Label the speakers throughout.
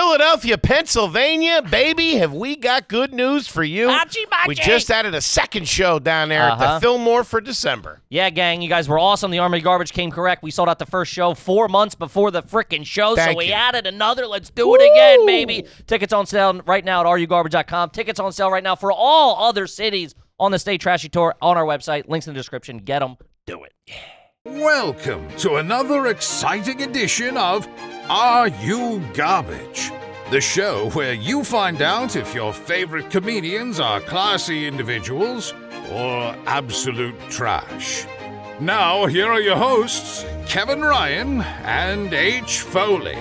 Speaker 1: Philadelphia, Pennsylvania, baby, have we got good news for you?
Speaker 2: Hachi machi.
Speaker 1: We just added a second show down there at the
Speaker 2: Uh-huh.
Speaker 1: Fillmore for December.
Speaker 2: Yeah, gang, you guys were awesome. The Army Garbage came correct. We sold out the first show four months before the frickin' show,
Speaker 1: Thank
Speaker 2: so we
Speaker 1: you.
Speaker 2: added another. Let's do it again, baby. Tickets on sale right now at rugarbage.com. Tickets on sale right now for all other cities on the State Trashy Tour on our website. Links in the description. Get them. Do it.
Speaker 3: Welcome to another exciting edition of Are You Garbage? The show where you find out if your favorite comedians are classy individuals or absolute trash. Now, here are your hosts, Kevin Ryan and H. Foley.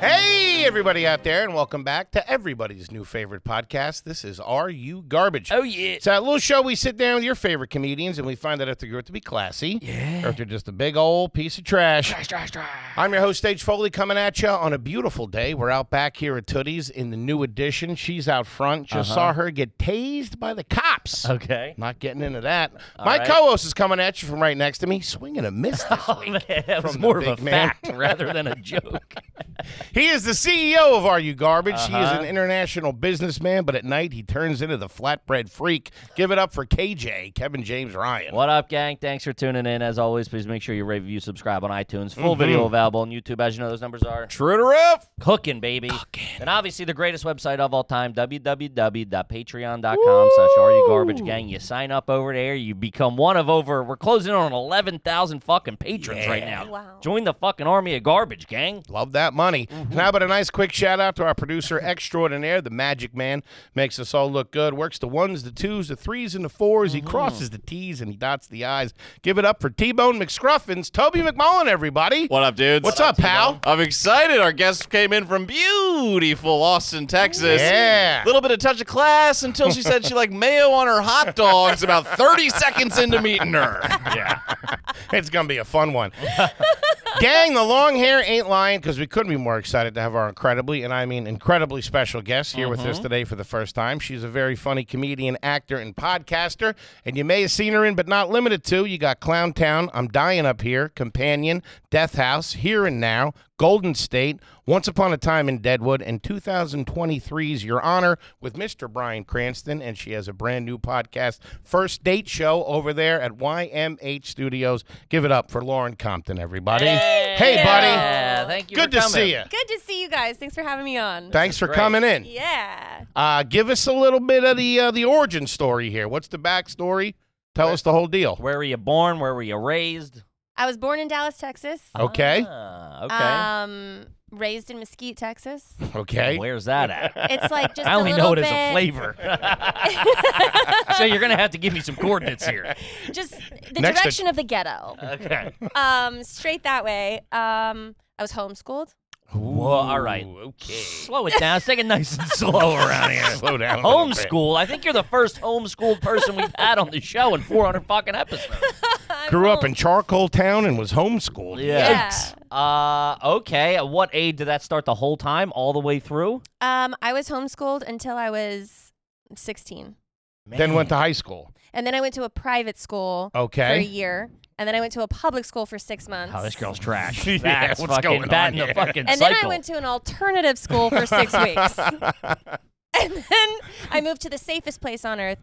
Speaker 1: Hey, everybody out there, and welcome back to everybody's new favorite podcast. This is Are You Garbage?
Speaker 2: Oh, yeah.
Speaker 1: It's that little show we sit down with your favorite comedians and we find out if they're good to be classy yeah. or if they're just a big old piece of trash. Trash, trash, trash. I'm your host, Stage Foley, coming at you on a beautiful day. We're out back here at Tootie's in the new edition. She's out front. Just saw her get tased by the cops.
Speaker 2: Okay.
Speaker 1: Not getting into that. My
Speaker 2: right. Oh,
Speaker 1: co-host is coming at you from right next to me, swinging a miss this week.
Speaker 2: That was
Speaker 1: the
Speaker 2: more of
Speaker 1: big
Speaker 2: a
Speaker 1: man.
Speaker 2: fact rather than a joke.
Speaker 1: He is the CEO of Are You Garbage. He
Speaker 2: Uh-huh.
Speaker 1: is an international businessman, but at night he turns into the flatbread freak. Give it up for KJ, Kevin James Ryan.
Speaker 2: What up, gang? Thanks for tuning in. As always, please make sure you rate, review, subscribe on iTunes. Full
Speaker 1: Mm-hmm.
Speaker 2: video available on YouTube. As you know, those numbers are
Speaker 1: True to roof.
Speaker 2: cooking, baby. And obviously, the greatest website of all time, www.patreon.com slash are you garbage gang. You sign up over there. You become one of over, we're closing in on 11,000 fucking patrons right now.
Speaker 4: Wow.
Speaker 2: Join the fucking army of garbage, gang.
Speaker 1: Love that money.
Speaker 2: Mm-hmm.
Speaker 1: Now, but a nice quick shout out to our producer extraordinaire, the magic man. Makes us all look good. Works the ones, the twos, the threes, and the 4s He
Speaker 2: Mm-hmm.
Speaker 1: crosses the T's and he dots the I's. Give it up for T Bone McScruffins, Toby McMullen, everybody.
Speaker 5: What up, dudes?
Speaker 1: What's up, pal?
Speaker 5: I'm excited. Our guest came in from beautiful Austin, Texas.
Speaker 1: Yeah.
Speaker 5: Little bit of touch of class until she said she liked mayo on her hot dogs about 30 seconds into meeting her.
Speaker 1: yeah. it's going to be a fun one. Gang, the long hair ain't lying because we couldn't be more excited to have our incredibly, and I mean incredibly special guest here with us today for the first time. She's a very funny comedian, actor, and podcaster, and you may have seen her in, but not limited to. You got Clown Town, I'm Dying Up Here, Companion, Death House, Here and Now, Golden State, Once Upon a Time in Deadwood, and 2023's Your Honor with Mr. Brian Cranston, and she has a brand new podcast, First Date Show, over there at YMH Studios. Give it up for Lauren Compton, everybody. Hey,
Speaker 2: Yeah,
Speaker 1: buddy.
Speaker 2: thank you.
Speaker 1: Good
Speaker 2: for
Speaker 1: to
Speaker 2: coming.
Speaker 1: see you.
Speaker 4: Good to see you guys. Thanks for having me on.
Speaker 1: Thanks for
Speaker 2: great.
Speaker 1: coming in.
Speaker 4: Yeah.
Speaker 1: Uh, give us a little bit of the uh, the origin story here. What's the backstory? Tell us the whole deal.
Speaker 2: Where were you born? Where were you raised?
Speaker 4: I was born in Dallas, Texas.
Speaker 1: Okay.
Speaker 2: Ah, okay.
Speaker 4: Um, raised in Mesquite, Texas.
Speaker 2: Ah.
Speaker 1: Okay.
Speaker 2: Where's that at?
Speaker 4: It's like just
Speaker 2: I only
Speaker 4: a
Speaker 2: know
Speaker 4: little
Speaker 2: it as a
Speaker 4: bit-
Speaker 2: flavor. so you're going to have to give me some coordinates here.
Speaker 4: Just the
Speaker 1: Next to-
Speaker 4: direction of the ghetto.
Speaker 2: Okay.
Speaker 4: Um, straight that way. Um, I was homeschooled.
Speaker 2: Whoa, all right.
Speaker 1: Okay.
Speaker 2: Slow it down. It's taking nice and slow around here.
Speaker 1: Slow down. a little bit.
Speaker 2: Homeschool. I think you're the first homeschooled person we've had on the show in 400 fucking episodes.
Speaker 1: Grew up in Charcoal Town and was homeschooled.
Speaker 4: Yeah.
Speaker 2: Uh, okay. At what age did that start the whole time, all the way through?
Speaker 4: Um, I was homeschooled until I was 16,
Speaker 1: Then went to high school.
Speaker 4: and then I went to a private school for a
Speaker 1: Okay.
Speaker 4: year, and then I went to a public school for six months.
Speaker 2: Oh, this girl's trash.
Speaker 1: Yeah,
Speaker 2: That's
Speaker 1: what's
Speaker 2: fucking
Speaker 1: going on
Speaker 2: batting
Speaker 1: here?
Speaker 2: the fucking
Speaker 4: and
Speaker 2: cycle.
Speaker 4: then I went to an alternative school for six weeks. And then I moved to the safest place on earth,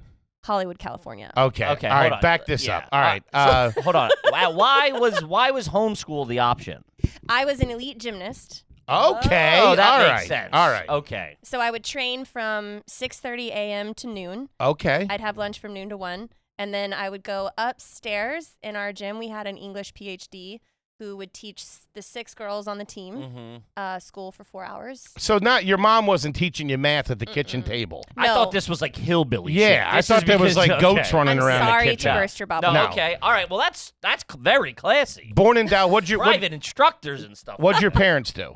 Speaker 4: Hollywood, California.
Speaker 1: Okay.
Speaker 2: Okay,
Speaker 1: All
Speaker 2: hold
Speaker 1: right.
Speaker 2: on.
Speaker 1: Back this
Speaker 2: Yeah.
Speaker 1: up. All right.
Speaker 2: Uh,
Speaker 1: Uh,
Speaker 2: so- hold on. Why, why was why was homeschool the option?
Speaker 4: I was an elite gymnast,
Speaker 1: okay.
Speaker 2: Oh, that
Speaker 1: All
Speaker 2: makes
Speaker 1: right.
Speaker 2: sense.
Speaker 1: All right.
Speaker 2: Okay.
Speaker 4: so I would train from 6:30 a.m. to noon.
Speaker 2: Oh.
Speaker 1: Okay.
Speaker 4: I'd have lunch from noon to 1, and then I would go upstairs in our gym. We had an English PhD who would teach s- the six girls on the team
Speaker 1: Mm-hmm.
Speaker 4: uh, school for 4 hours.
Speaker 1: So not your mom wasn't teaching you math at the kitchen table.
Speaker 2: I
Speaker 4: No.
Speaker 2: thought this was like hillbilly.
Speaker 1: Yeah,
Speaker 2: shit.
Speaker 1: I
Speaker 2: This
Speaker 1: thought
Speaker 2: is
Speaker 1: there was
Speaker 2: because-
Speaker 1: like goats
Speaker 2: okay.
Speaker 1: running
Speaker 4: I'm
Speaker 1: around the
Speaker 4: sorry
Speaker 1: kitchen.
Speaker 4: to burst your bubble.
Speaker 2: No,
Speaker 1: No.
Speaker 2: Okay. All right. Well, that's that's cl- very classy.
Speaker 1: Born in Dallas. What'd your what,
Speaker 2: Private instructors and stuff.
Speaker 1: what'd your parents do?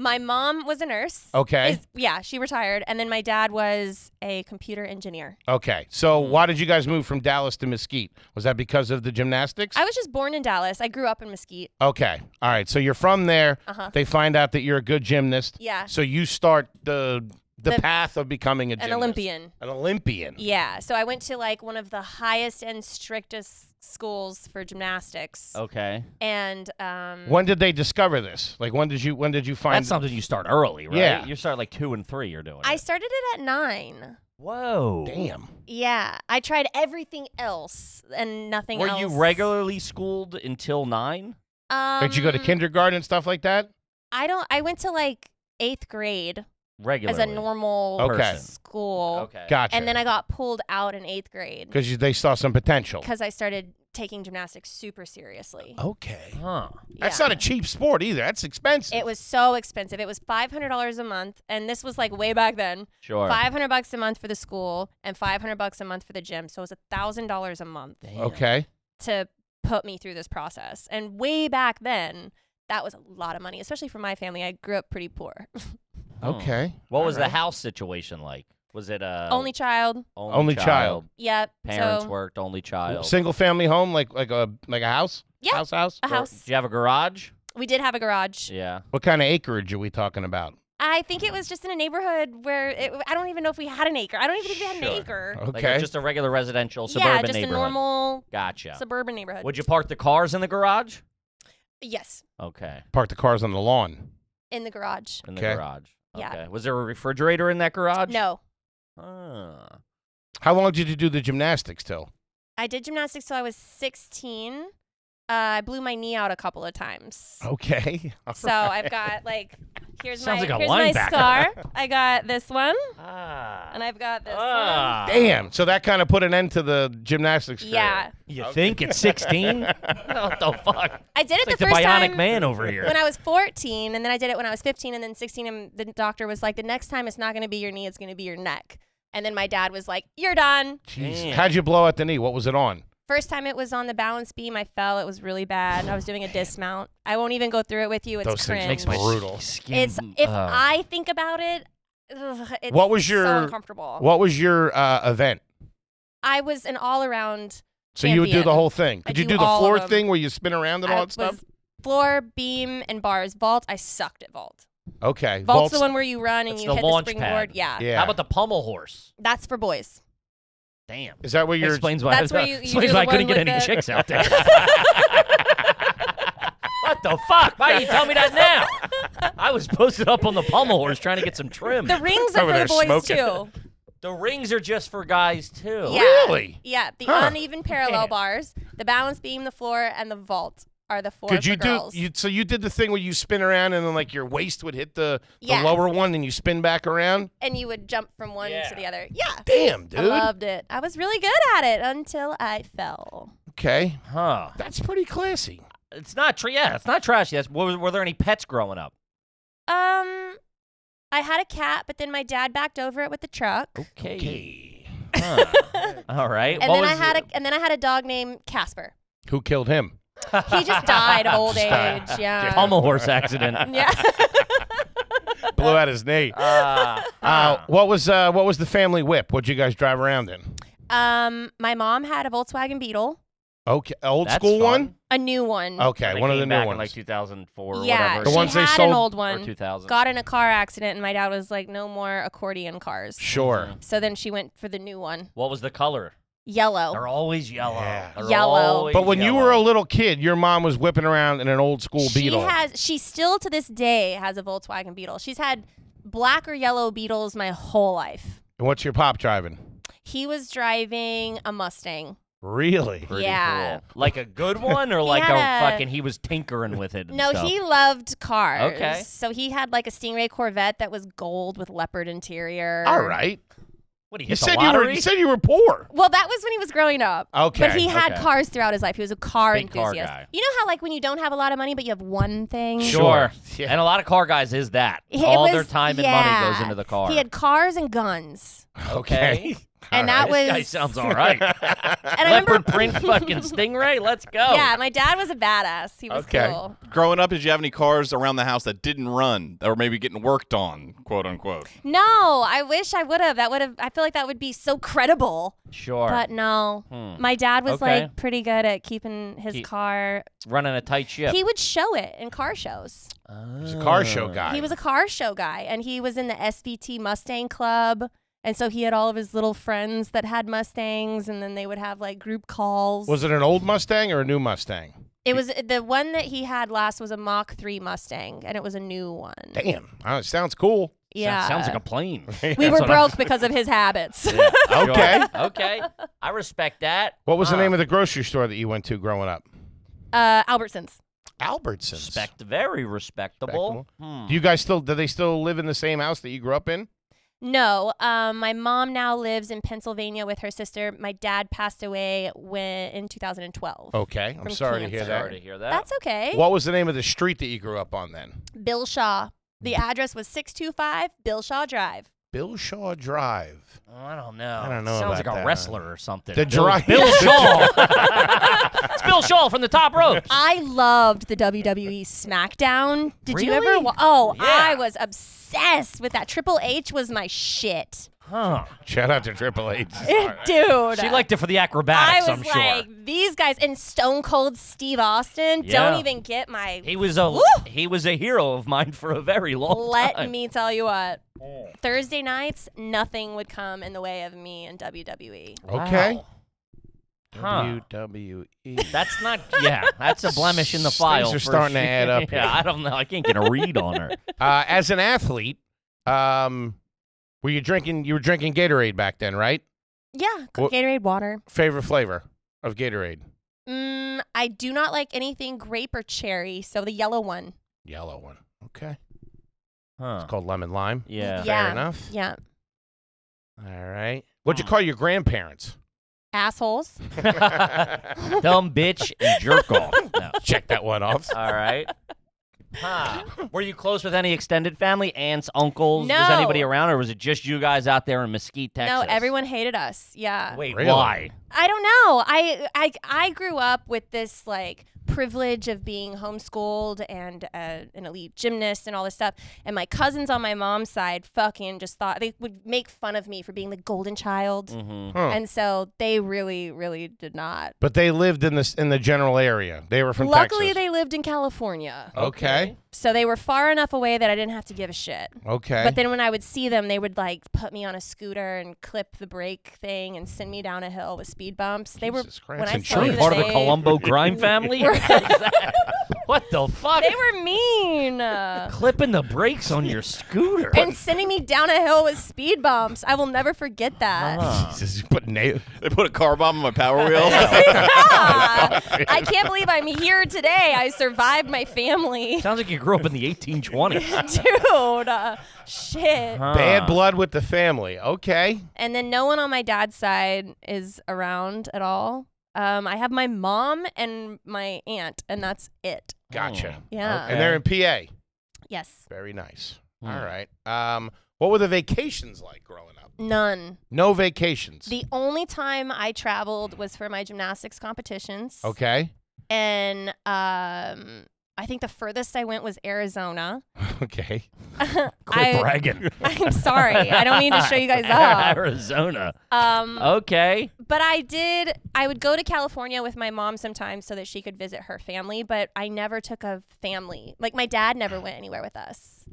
Speaker 4: My mom was a nurse.
Speaker 1: Okay.
Speaker 4: Is- yeah, she retired, and then my dad was a computer engineer.
Speaker 1: Okay. So why did you guys move from Dallas to Mesquite? Was that because of the gymnastics?
Speaker 4: I was just born in Dallas. I grew up in Mesquite.
Speaker 1: okay. All right. So you're from there.
Speaker 4: Uh-huh.
Speaker 1: They find out that you're a good gymnast.
Speaker 4: Yeah.
Speaker 1: So you start the the,
Speaker 4: The-
Speaker 1: path of becoming a
Speaker 4: An
Speaker 1: gymnast.
Speaker 4: Olympian.
Speaker 1: An Olympian.
Speaker 4: Yeah. So I went to like one of the highest and strictest schools for gymnastics.
Speaker 1: Oh.
Speaker 2: Okay.
Speaker 4: And um,
Speaker 1: When did they discover this? Like when did you when did you find
Speaker 2: That's something you start early, right?
Speaker 1: Yeah.
Speaker 2: You start like two and three, you're doing.
Speaker 4: I
Speaker 2: it.
Speaker 4: started it at nine.
Speaker 2: Whoa.
Speaker 1: Damn.
Speaker 4: Yeah, I tried everything else and nothing
Speaker 2: Were
Speaker 4: else.
Speaker 2: you regularly schooled until nine?
Speaker 4: Um,
Speaker 1: Did you go to kindergarten and stuff like that?
Speaker 4: I don't. I went to like eighth grade
Speaker 2: Regularly.
Speaker 4: as a normal
Speaker 1: Okay.
Speaker 2: person.
Speaker 4: school,
Speaker 2: Okay.
Speaker 1: Gotcha.
Speaker 4: and then I got pulled out in eighth grade
Speaker 1: because they saw some potential.
Speaker 4: because I started taking gymnastics super seriously.
Speaker 2: Oh,
Speaker 1: Okay.
Speaker 2: Huh.
Speaker 1: That's
Speaker 4: Yeah.
Speaker 1: not a cheap sport either. That's expensive.
Speaker 4: It was so expensive. It was five hundred dollars a month, and this was like way back then.
Speaker 2: Sure.
Speaker 4: Five hundred bucks a month for the school and five hundred bucks a month for the gym, so it was a thousand dollars a month
Speaker 2: Damn.
Speaker 1: okay.
Speaker 4: to put me through this process. And way back then, that was a lot of money, especially for my family. I grew up pretty poor,
Speaker 2: Hmm.
Speaker 1: Okay.
Speaker 2: What was the
Speaker 1: Alright.
Speaker 2: house situation like? Was it a
Speaker 4: only child.
Speaker 2: only,
Speaker 1: Only
Speaker 2: child?
Speaker 1: child.
Speaker 4: Yep.
Speaker 2: Oh. Parents
Speaker 4: so
Speaker 2: worked only child.
Speaker 1: Single family home, like like a like a house.
Speaker 4: Yeah.
Speaker 1: House house.
Speaker 4: a
Speaker 2: Gar-
Speaker 4: house.
Speaker 2: Do you have a garage?
Speaker 4: We did have a garage.
Speaker 2: Yeah.
Speaker 1: What kind of acreage are we talking about?
Speaker 4: I think it was just in a neighborhood where it, I don't even know if we had an acre. I don't even think we had an
Speaker 2: Sure.
Speaker 4: acre.
Speaker 1: Okay.
Speaker 2: Like a- just a regular residential suburban
Speaker 4: yeah, just a
Speaker 2: neighborhood.
Speaker 4: normal
Speaker 2: gotcha.
Speaker 4: suburban neighborhood.
Speaker 2: Would you park the cars in the garage?
Speaker 4: yes,
Speaker 2: Okay.
Speaker 1: Park the cars on the lawn.
Speaker 4: in the garage.
Speaker 2: In the
Speaker 1: Okay.
Speaker 2: garage.
Speaker 4: Yeah.
Speaker 2: Okay. Was there a refrigerator in that garage?
Speaker 4: No,
Speaker 2: Ah.
Speaker 1: How long did you do the gymnastics till?
Speaker 4: I did gymnastics till I was 16. Uh, I blew my knee out a couple of times.
Speaker 1: Okay.
Speaker 4: So I've got like here's
Speaker 2: Sounds
Speaker 4: my
Speaker 2: like a
Speaker 4: here's my
Speaker 2: linebacker.
Speaker 4: scar. I got this one
Speaker 2: Ah.
Speaker 4: and I've got this
Speaker 2: ah.
Speaker 1: Damn. So that kind of put an end to the gymnastics.
Speaker 4: one.
Speaker 1: career.
Speaker 4: Yeah.
Speaker 2: You think at 16? what the fuck?
Speaker 4: I did
Speaker 2: It's
Speaker 4: it
Speaker 2: like
Speaker 4: the
Speaker 2: the,
Speaker 4: first
Speaker 2: bionic
Speaker 4: time
Speaker 2: man over here.
Speaker 4: when I was 14 and then I did it when I was 15 and then 16 and the doctor was like the next time it's not going to be your knee it's going to be your neck. And then my dad was like, "You're done."
Speaker 1: Jeez.
Speaker 2: Damn.
Speaker 1: How'd you blow out the knee? What was it on?
Speaker 4: First time it was on the balance beam, I fell. It was really bad. I was doing a dismount. I won't even go through it with you. It's
Speaker 1: Those
Speaker 4: cringe.
Speaker 1: things makes my brutal.
Speaker 2: skin.
Speaker 4: It's if
Speaker 2: uh,
Speaker 4: I think about it, ugh, it's
Speaker 1: What was
Speaker 4: so
Speaker 1: your-
Speaker 4: uncomfortable.
Speaker 1: What was your uh, event?
Speaker 4: I was an all around.
Speaker 1: So you would do the
Speaker 4: Champion.
Speaker 1: whole thing.
Speaker 4: I
Speaker 1: Did you
Speaker 4: do
Speaker 1: do the
Speaker 4: all of
Speaker 1: floor
Speaker 4: them.
Speaker 1: thing where you spin around and
Speaker 4: I
Speaker 1: all that stuff?
Speaker 4: was floor, beam, and bars. Vault, I sucked at vault.
Speaker 1: Okay.
Speaker 4: Vault's the
Speaker 1: Vaults-
Speaker 4: one where you run and
Speaker 2: That's
Speaker 4: you
Speaker 2: the
Speaker 4: hit
Speaker 2: launch
Speaker 4: the springboard.
Speaker 2: pad.
Speaker 4: Yeah.
Speaker 1: Yeah.
Speaker 2: How about the pommel horse?
Speaker 4: that's for boys.
Speaker 2: Damn.
Speaker 1: Is that where you're?
Speaker 2: explains why,
Speaker 4: That's where you- you
Speaker 2: explains
Speaker 4: do
Speaker 2: why I
Speaker 4: the
Speaker 2: couldn't
Speaker 4: one
Speaker 2: get
Speaker 4: with
Speaker 2: any
Speaker 4: the-
Speaker 2: chicks out there. what the fuck? Why you tell me that now? I was posted up on the pommel horse trying to get some trim.
Speaker 4: The
Speaker 2: The,
Speaker 4: rings are
Speaker 1: Hmm. Over
Speaker 4: for
Speaker 1: there
Speaker 4: the boys
Speaker 1: smoking.
Speaker 4: too.
Speaker 2: rings are just for guys too.
Speaker 4: Yeah.
Speaker 1: Really?
Speaker 4: Yeah. The
Speaker 1: Huh.
Speaker 4: uneven parallel
Speaker 2: Damn.
Speaker 4: bars, the balance beam, the floor, and the vault are the four
Speaker 1: Could
Speaker 4: for
Speaker 1: you do?
Speaker 4: girls.
Speaker 1: You, so you did the thing where you spin around and then like your waist would hit the, the
Speaker 4: Yeah.
Speaker 1: lower one and you spin back around.
Speaker 4: and you would jump from one
Speaker 2: Yeah.
Speaker 4: to the other. Yeah.
Speaker 1: Damn, dude.
Speaker 4: I loved it. I was really good at it until I fell.
Speaker 1: okay,
Speaker 2: Huh.
Speaker 1: that's pretty classy.
Speaker 2: It's not tr- yeah, it's not trashy. That's were, were there any pets growing up?
Speaker 4: Um, I had a cat, but then my dad backed over it with the truck.
Speaker 1: Oh.
Speaker 2: Okay. Huh. All right.
Speaker 4: And
Speaker 2: what
Speaker 4: then I
Speaker 2: was-
Speaker 4: had a and then I had a dog named Casper.
Speaker 1: Who killed him?
Speaker 4: He just died of old
Speaker 1: Just died.
Speaker 4: age. Yeah.
Speaker 2: pommel horse accident.
Speaker 4: Yeah.
Speaker 1: Blew out his knee. Uh,
Speaker 2: Ah. Ah.
Speaker 1: what was uh, what was the family whip? What'd you guys drive around in?
Speaker 4: um, my mom had a Volkswagen Beetle,
Speaker 1: Okay, old
Speaker 2: That's
Speaker 1: school
Speaker 2: fun.
Speaker 1: one.
Speaker 4: a new one.
Speaker 1: Okay,
Speaker 2: They
Speaker 1: one of
Speaker 2: came
Speaker 1: the
Speaker 2: back
Speaker 1: new ones.
Speaker 2: in like 2004 or
Speaker 4: yeah,
Speaker 2: whatever.
Speaker 1: The
Speaker 4: she
Speaker 1: ones they
Speaker 4: had
Speaker 1: sold-
Speaker 4: an old
Speaker 2: or
Speaker 4: one.
Speaker 2: 2000.
Speaker 4: Got in a car accident, and my dad was like, "No more accordion cars."
Speaker 1: sure.
Speaker 2: mm-hmm.
Speaker 4: So then she went for the new one,
Speaker 2: What was the color?
Speaker 4: yellow.
Speaker 2: They're always yellow.
Speaker 1: Yeah.
Speaker 2: They're
Speaker 4: Yellow.
Speaker 2: always
Speaker 1: But when you were a
Speaker 2: yellow.
Speaker 1: little kid, your mom was whipping around in an old school
Speaker 4: she
Speaker 1: Beetle.
Speaker 4: has. She still to this day has a Volkswagen Beetle. She's had black or yellow Beetles my whole life.
Speaker 1: and what's your pop driving?
Speaker 4: He was driving a Mustang.
Speaker 1: Really?
Speaker 2: Pretty
Speaker 4: Yeah.
Speaker 2: cool. like a good one or like a,
Speaker 4: had a-
Speaker 2: fucking he was tinkering with it. and
Speaker 4: No,
Speaker 2: stuff?
Speaker 4: he loved cars.
Speaker 2: Okay.
Speaker 4: So he had like a Stingray Corvette that was gold with leopard interior.
Speaker 1: All right.
Speaker 2: What he
Speaker 1: You
Speaker 2: hit the
Speaker 1: said you were.
Speaker 2: lottery?
Speaker 1: You said you were poor.
Speaker 4: Well, that was when he was growing up.
Speaker 1: Okay,
Speaker 4: But he had
Speaker 2: okay.
Speaker 4: cars throughout his life. He was a car
Speaker 2: Big car
Speaker 4: enthusiast.
Speaker 2: guy.
Speaker 4: You know how like when you don't have a lot of money but you have one thing?
Speaker 2: Sure.
Speaker 1: Sure. Yeah.
Speaker 2: And a lot of car guys is that.
Speaker 4: It
Speaker 2: All their
Speaker 4: was-
Speaker 2: time and money
Speaker 4: yeah.
Speaker 2: goes into the car.
Speaker 4: He had cars and guns.
Speaker 2: Okay.
Speaker 4: and that
Speaker 2: this
Speaker 4: was
Speaker 2: guy sounds all right.
Speaker 4: and I
Speaker 2: Leopard
Speaker 4: remember
Speaker 2: print fucking stingray. Let's go.
Speaker 4: Yeah, my dad was a badass. He was
Speaker 1: Okay.
Speaker 4: cool.
Speaker 5: Growing up, did you have any cars around the house that didn't run that were maybe getting worked on, quote unquote?
Speaker 4: No, I wish I would have. That would have I feel like that would be so credible.
Speaker 2: Sure.
Speaker 4: But no. My dad
Speaker 2: Hmm.
Speaker 4: was
Speaker 2: Okay.
Speaker 4: like pretty good at keeping his
Speaker 2: He-
Speaker 4: car.
Speaker 2: Running a tight ship.
Speaker 4: He would show it in car shows.
Speaker 1: Uh, He's a car show guy.
Speaker 4: He was a car show guy, and he was in the SVT Mustang Club. And so he had all of his little friends that had Mustangs, and then they would have like group calls.
Speaker 1: Was it an old Mustang or a new Mustang?
Speaker 4: it was the one that he had last was a Mach 3 Mustang, and it was a new one.
Speaker 1: Damn, uh, it sounds cool.
Speaker 4: Yeah.
Speaker 2: Sounds, sounds like a plane.
Speaker 4: we were
Speaker 2: what I'm-
Speaker 4: broke because of his habits.
Speaker 1: Okay.
Speaker 2: okay. I respect that.
Speaker 1: What was the
Speaker 2: Huh.
Speaker 1: name of the grocery store that you went to growing up?
Speaker 4: uh, Albertsons.
Speaker 1: Albertsons.
Speaker 2: Respect, very respectable. Hmm.
Speaker 1: Do you guys still? Do they still live in the same house that you grew up in?
Speaker 4: No, um, my mom now lives in Pennsylvania with her sister. My dad passed away when, in 2012.
Speaker 2: Oh,
Speaker 1: Okay, I'm
Speaker 4: From
Speaker 1: sorry to hear
Speaker 4: cancer.
Speaker 2: Sorry
Speaker 1: that.
Speaker 2: to hear that.
Speaker 4: That's okay.
Speaker 1: What was the name of the street that you grew up on then?
Speaker 4: Bill Shaw. The address was 625 Bill Shaw Drive.
Speaker 1: Billshaw Drive.
Speaker 2: Oh, I don't know.
Speaker 1: I don't know
Speaker 2: Sounds
Speaker 1: about
Speaker 2: like a
Speaker 1: that.
Speaker 2: wrestler or something.
Speaker 1: The
Speaker 2: Bill,
Speaker 1: dry-
Speaker 2: Bill Shaw. it's Bill Shaw from the top rope.
Speaker 4: I loved the WWE SmackDown. Did you ever?
Speaker 2: Really?
Speaker 4: Wa- oh,
Speaker 2: Yeah.
Speaker 4: I was obsessed with that. Triple H was my shit,
Speaker 2: Huh.
Speaker 1: Shout out to Triple H.
Speaker 4: dude.
Speaker 2: She liked it for the
Speaker 4: I
Speaker 2: acrobatics,
Speaker 4: was
Speaker 2: I'm sure.
Speaker 4: like these guys and Stone Cold Steve Austin
Speaker 2: Yeah.
Speaker 4: don't even get my.
Speaker 2: he was a he was a hero of mine for a very long
Speaker 4: let
Speaker 2: time.
Speaker 4: me tell you what. Thursday nights, nothing would come in the way of me and E. WWE.
Speaker 1: Okay.
Speaker 2: Wow. Huh.
Speaker 1: WWE.
Speaker 2: That's not yeah, that's a blemish in the
Speaker 1: Things
Speaker 2: file.
Speaker 1: are
Speaker 2: for
Speaker 1: starting to
Speaker 2: sure.
Speaker 1: add up
Speaker 2: yeah,
Speaker 1: here.
Speaker 2: I don't know. I can't get a read on her.
Speaker 1: Uh, as an athlete, um, were you drinking? You were drinking Gatorade back then, right?
Speaker 4: Yeah,
Speaker 1: What-
Speaker 4: Gatorade water.
Speaker 1: Favorite flavor of Gatorade?
Speaker 4: Mm, I do not like anything grape or cherry, so the yellow one.
Speaker 1: Yellow one. Okay.
Speaker 2: Huh.
Speaker 1: It's called lemon lime.
Speaker 2: Yeah.
Speaker 1: Fair enough.
Speaker 4: Yeah,
Speaker 1: All right. What'd you call your grandparents?
Speaker 4: assholes.
Speaker 2: Dumb bitch and jerk off. No.
Speaker 1: Check that one off.
Speaker 2: All right. Huh. Were you close with any extended family, aunts, uncles? Was
Speaker 4: No.
Speaker 2: anybody around, or was it just you guys out there in Mesquite, Texas?
Speaker 4: No, everyone hated us. Yeah.
Speaker 2: Wait,
Speaker 1: Really?
Speaker 2: why?
Speaker 4: I don't know. I, I I grew up with this like privilege of being homeschooled and uh, an elite gymnast and all this stuff. And my cousins on my mom's side fucking just thought they would make fun of me for being the golden child.
Speaker 2: Mm-hmm.
Speaker 1: Huh.
Speaker 4: And so they really, really did not.
Speaker 1: But they lived in this in the general area. They were from
Speaker 4: Luckily,
Speaker 1: Texas.
Speaker 4: they lived in California.
Speaker 1: okay.
Speaker 4: So they were far enough away that I didn't have to give a shit.
Speaker 1: Okay.
Speaker 4: But then when I would see them, they would like put me on a scooter and clip the brake thing and send me down a hill with speed bumps. They
Speaker 1: Jesus
Speaker 4: were
Speaker 1: Christ.
Speaker 4: when I
Speaker 1: And
Speaker 4: tell
Speaker 1: sure,
Speaker 4: you
Speaker 2: part of the
Speaker 4: they-
Speaker 2: Columbo crime family. what the fuck?
Speaker 4: They were mean uh,
Speaker 2: clipping the brakes on your scooter.
Speaker 4: and sending me down a hill with speed bumps. I will never forget that.
Speaker 2: Huh.
Speaker 1: Just put na-
Speaker 5: They put a car bomb on my power wheel.
Speaker 4: Ah, I can't believe I'm here today. I survived my family,
Speaker 2: Sounds like you grew up in the 1820s.
Speaker 4: dude. Uh, shit.
Speaker 2: Huh.
Speaker 1: bad blood with the family. Okay.
Speaker 4: And then no one on my dad's side is around at all. Um, I have my mom and my aunt, and that's it.
Speaker 1: Gotcha.
Speaker 2: Hmm.
Speaker 4: Yeah.
Speaker 1: And they're in PA.
Speaker 4: Yes.
Speaker 1: Very nice.
Speaker 2: Hmm.
Speaker 1: All right. Um, what were the vacations like growing up?
Speaker 4: None.
Speaker 1: No vacations.
Speaker 4: The only time I traveled was for my gymnastics competitions.
Speaker 1: okay.
Speaker 4: And um, I think the furthest I went was Arizona.
Speaker 1: Okay.
Speaker 2: Quit
Speaker 4: I,
Speaker 2: bragging.
Speaker 4: I'm sorry. I don't mean to show you guys up.
Speaker 2: Arizona.
Speaker 4: Um,
Speaker 2: Okay.
Speaker 4: But I did, I would go to California with my mom sometimes so that she could visit her family, but I never took a family. Like, my dad never went anywhere with us.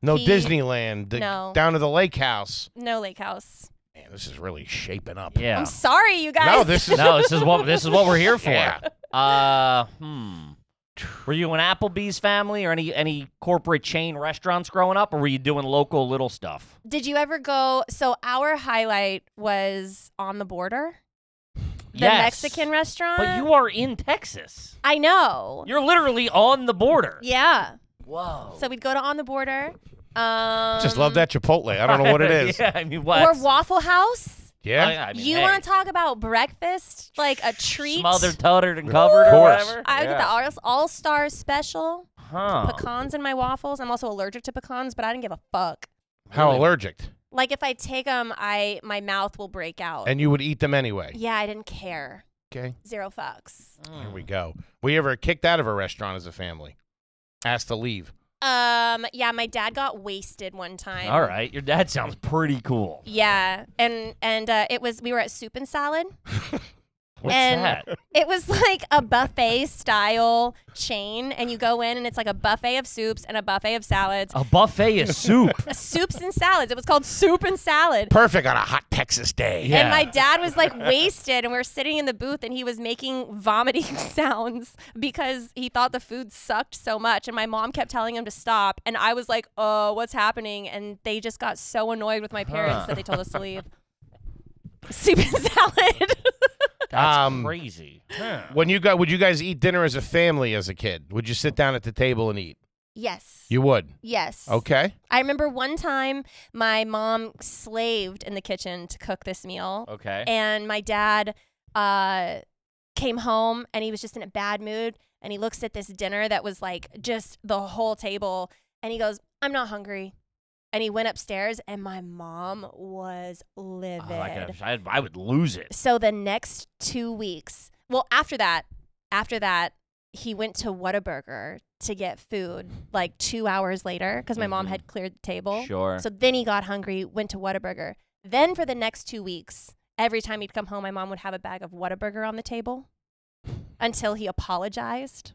Speaker 1: No
Speaker 4: He-
Speaker 1: Disneyland. the-
Speaker 4: No.
Speaker 1: Down to the lake house.
Speaker 4: No lake house.
Speaker 1: Man, this is really shaping up.
Speaker 2: Yeah.
Speaker 4: I'm sorry, you guys.
Speaker 1: No, this is
Speaker 2: no, this is what this is what we're here for.
Speaker 1: Yeah.
Speaker 2: Uh, hmm. Were you an Applebee's family or any any corporate chain restaurants growing up, or were you doing local little stuff?
Speaker 4: Did you ever go? So, our highlight was on the border, the
Speaker 2: Yes.
Speaker 4: Mexican restaurant.
Speaker 2: But you are in Texas.
Speaker 4: I know.
Speaker 2: You're literally on the border.
Speaker 4: yeah.
Speaker 2: Whoa.
Speaker 4: So, we'd go to On the Border. Um,
Speaker 1: just love that Chipotle. I don't know what it is.
Speaker 2: yeah, I mean what?
Speaker 4: Or Waffle House.
Speaker 1: Yeah.
Speaker 2: Oh, yeah, I mean,
Speaker 4: you
Speaker 2: hey,
Speaker 4: want to talk about breakfast? Like a treat?
Speaker 2: smothered, tottered, and covered, or
Speaker 1: course.
Speaker 2: whatever?
Speaker 4: I would get the
Speaker 2: Yeah.
Speaker 4: all, all Star special.
Speaker 2: Huh.
Speaker 4: Pecans in my waffles. I'm also allergic to pecans, but I didn't give a fuck.
Speaker 1: How
Speaker 2: Really?
Speaker 1: allergic.
Speaker 4: Like if I take them, I my mouth will break out.
Speaker 1: And you would eat them anyway.
Speaker 4: yeah, I didn't care.
Speaker 1: Okay.
Speaker 4: Zero fucks.
Speaker 1: Here
Speaker 2: Mm.
Speaker 1: we go. We ever kicked out of a restaurant as a family? Asked to leave.
Speaker 4: Um, yeah, my dad got wasted one time.
Speaker 2: All right, your dad sounds pretty cool.
Speaker 4: Yeah, and and uh, it was we were at soup and salad,
Speaker 2: What's
Speaker 4: and
Speaker 2: that?
Speaker 4: it was like a buffet style chain, and you go in and it's like a buffet of soups and a buffet of salads,
Speaker 2: A buffet is soup.
Speaker 4: soups and salads. It was called soup and salad.
Speaker 1: Perfect on a hot Texas day.
Speaker 2: Yeah.
Speaker 4: And my dad was like wasted, and we were sitting in the booth, and he was making vomiting sounds because he thought the food sucked so much. And my mom kept telling him to stop, and I was like, "Oh, what's happening?" And they just got so annoyed with my parents
Speaker 2: Huh.
Speaker 4: that they told us to leave. Soup and salad.
Speaker 2: That's
Speaker 1: Um,
Speaker 2: crazy.
Speaker 1: When you got, would you guys eat dinner as a family as a kid? Would you sit down at the table and eat?
Speaker 4: yes.
Speaker 1: You would.
Speaker 4: yes.
Speaker 1: Okay.
Speaker 4: I remember one time my mom slaved in the kitchen to cook this meal.
Speaker 2: Okay.
Speaker 4: And my dad uh, came home and he was just in a bad mood. And he looks at this dinner that was like just the whole table. And he goes, I'm not hungry. And he went upstairs and my mom was livid.
Speaker 2: Oh, I, could, I, I would lose it.
Speaker 4: So the next two weeks, well, after that, after that, he went to Whataburger to get food like two hours later because my mom
Speaker 2: Mhm.
Speaker 4: had cleared the table.
Speaker 2: Sure.
Speaker 4: So then he got hungry, went to Whataburger. Then for the next two weeks, every time he'd come home, my mom would have a bag of Whataburger on the table until he apologized.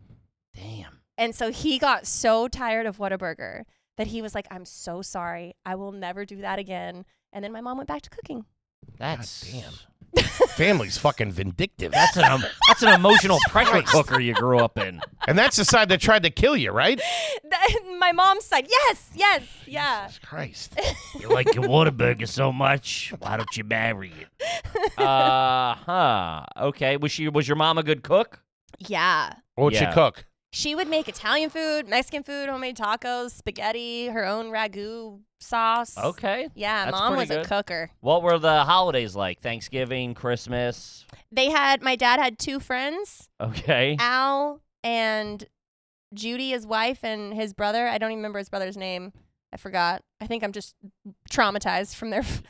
Speaker 2: Damn.
Speaker 4: And so he got so tired of Whataburger that he was like, I'm so sorry. I will never do that again. And then my mom went back to cooking.
Speaker 2: That's damn.
Speaker 1: Family's fucking vindictive.
Speaker 2: That's an um, that's an emotional pressure cooker you grew up in.
Speaker 1: And that's the side that tried to kill you, right?
Speaker 4: That- my mom's side, yes, yes, yeah.
Speaker 1: Christ.
Speaker 2: You like your Whataburger so much. Why don't you marry it? Uh huh. Okay. Was she was your mom a good cook?
Speaker 4: Yeah.
Speaker 1: What'd
Speaker 2: Yeah.
Speaker 1: you cook?
Speaker 4: She would make Italian food, Mexican food, homemade tacos, spaghetti, her own ragu sauce.
Speaker 2: Okay.
Speaker 4: Yeah,
Speaker 2: That's
Speaker 4: mom
Speaker 2: pretty
Speaker 4: was
Speaker 2: good.
Speaker 4: a cooker.
Speaker 2: What were the holidays like? Thanksgiving, Christmas.
Speaker 4: They had my dad had two friends,
Speaker 2: Okay.
Speaker 4: Al and Judy, his wife, and his brother. I don't even remember his brother's name. I forgot. I think I'm just traumatized from their f-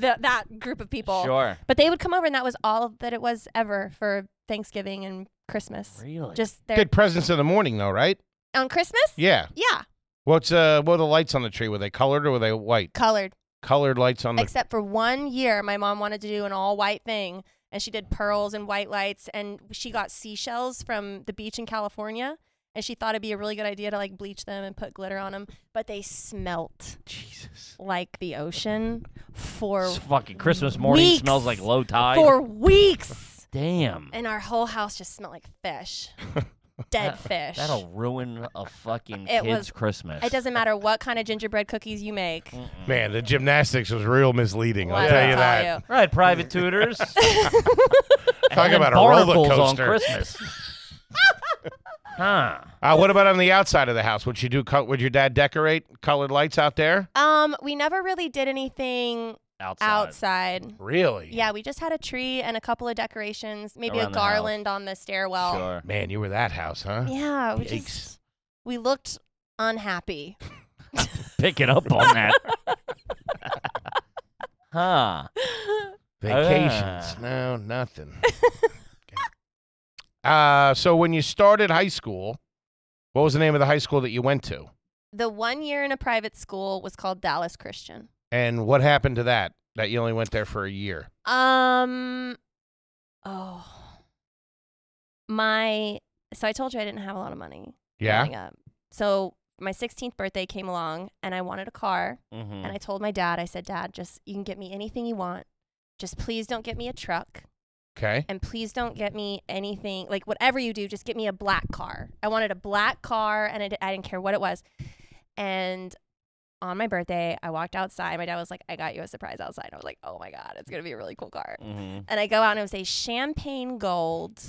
Speaker 4: th- that group of people.
Speaker 2: Sure.
Speaker 4: But they would come over, and that was all that it was ever for Thanksgiving and Christmas.
Speaker 2: Really?
Speaker 4: Just their
Speaker 1: Did presents in the morning though, right?
Speaker 4: on Christmas.
Speaker 1: Yeah.
Speaker 4: Yeah,
Speaker 1: What's uh what are the lights on the tree? Were they colored or were they white?
Speaker 4: colored.
Speaker 1: Colored lights on the
Speaker 4: Except for one year, my mom wanted to do an all white thing, and she did pearls and white lights, and she got seashells from the beach in California, and she thought it'd be a really good idea to like bleach them and put glitter on them, but they smelt
Speaker 2: Jesus.
Speaker 4: like the ocean for
Speaker 2: This fucking Christmas morning
Speaker 4: Weeks.
Speaker 2: smells like low tide.
Speaker 4: for weeks,
Speaker 2: Damn.
Speaker 4: and our whole house just smelled like fish, dead fish.
Speaker 2: That'll ruin a fucking
Speaker 4: It
Speaker 2: kid's
Speaker 4: was-
Speaker 2: Christmas.
Speaker 4: It doesn't matter what kind of gingerbread cookies you make.
Speaker 1: Man, the gymnastics was real misleading. Mm. I'll
Speaker 4: Let
Speaker 1: tell
Speaker 4: me
Speaker 1: you that.
Speaker 4: tell you.
Speaker 2: Right, private tutors. Talk
Speaker 1: Talk about a roller coaster.
Speaker 2: on Christmas. huh.
Speaker 1: Uh, what about on the outside of the house? Would you do? Co- would your dad decorate colored lights out there?
Speaker 4: Um, we never really did anything
Speaker 2: Outside.
Speaker 4: outside.
Speaker 1: Really?
Speaker 4: Yeah, we just had a tree and a couple of decorations, maybe
Speaker 2: Around
Speaker 4: a
Speaker 2: the house.
Speaker 4: garland on the stairwell.
Speaker 2: Sure.
Speaker 1: Man, you were that house, huh?
Speaker 4: Yeah, we
Speaker 1: Yikes.
Speaker 4: just we looked unhappy.
Speaker 2: Picking up on that. huh.
Speaker 1: Vacations?
Speaker 2: Ah.
Speaker 1: No, nothing. Okay. uh, so when you started high school, what was the name of the high school that you went to,
Speaker 4: The one year in a private school was called Dallas Christian.
Speaker 1: and what happened to that? That you only went there for a year.
Speaker 4: Um oh. My so I told you I didn't have a lot of money
Speaker 1: Yeah.
Speaker 4: growing up. So my 16th birthday came along and I wanted a car.
Speaker 2: Mm-hmm.
Speaker 4: And I told my dad, I said, Dad, just you can get me anything you want. Just please don't get me a truck.
Speaker 1: Okay.
Speaker 4: And please don't get me anything like whatever you do, just get me a black car. I wanted a black car and I d- I didn't care what it was. And on my birthday, I walked outside. My dad was like, I got you a surprise outside. I was like, oh my God, it's going to be a really cool car.
Speaker 2: mm-hmm.
Speaker 4: And I go out and it was a champagne gold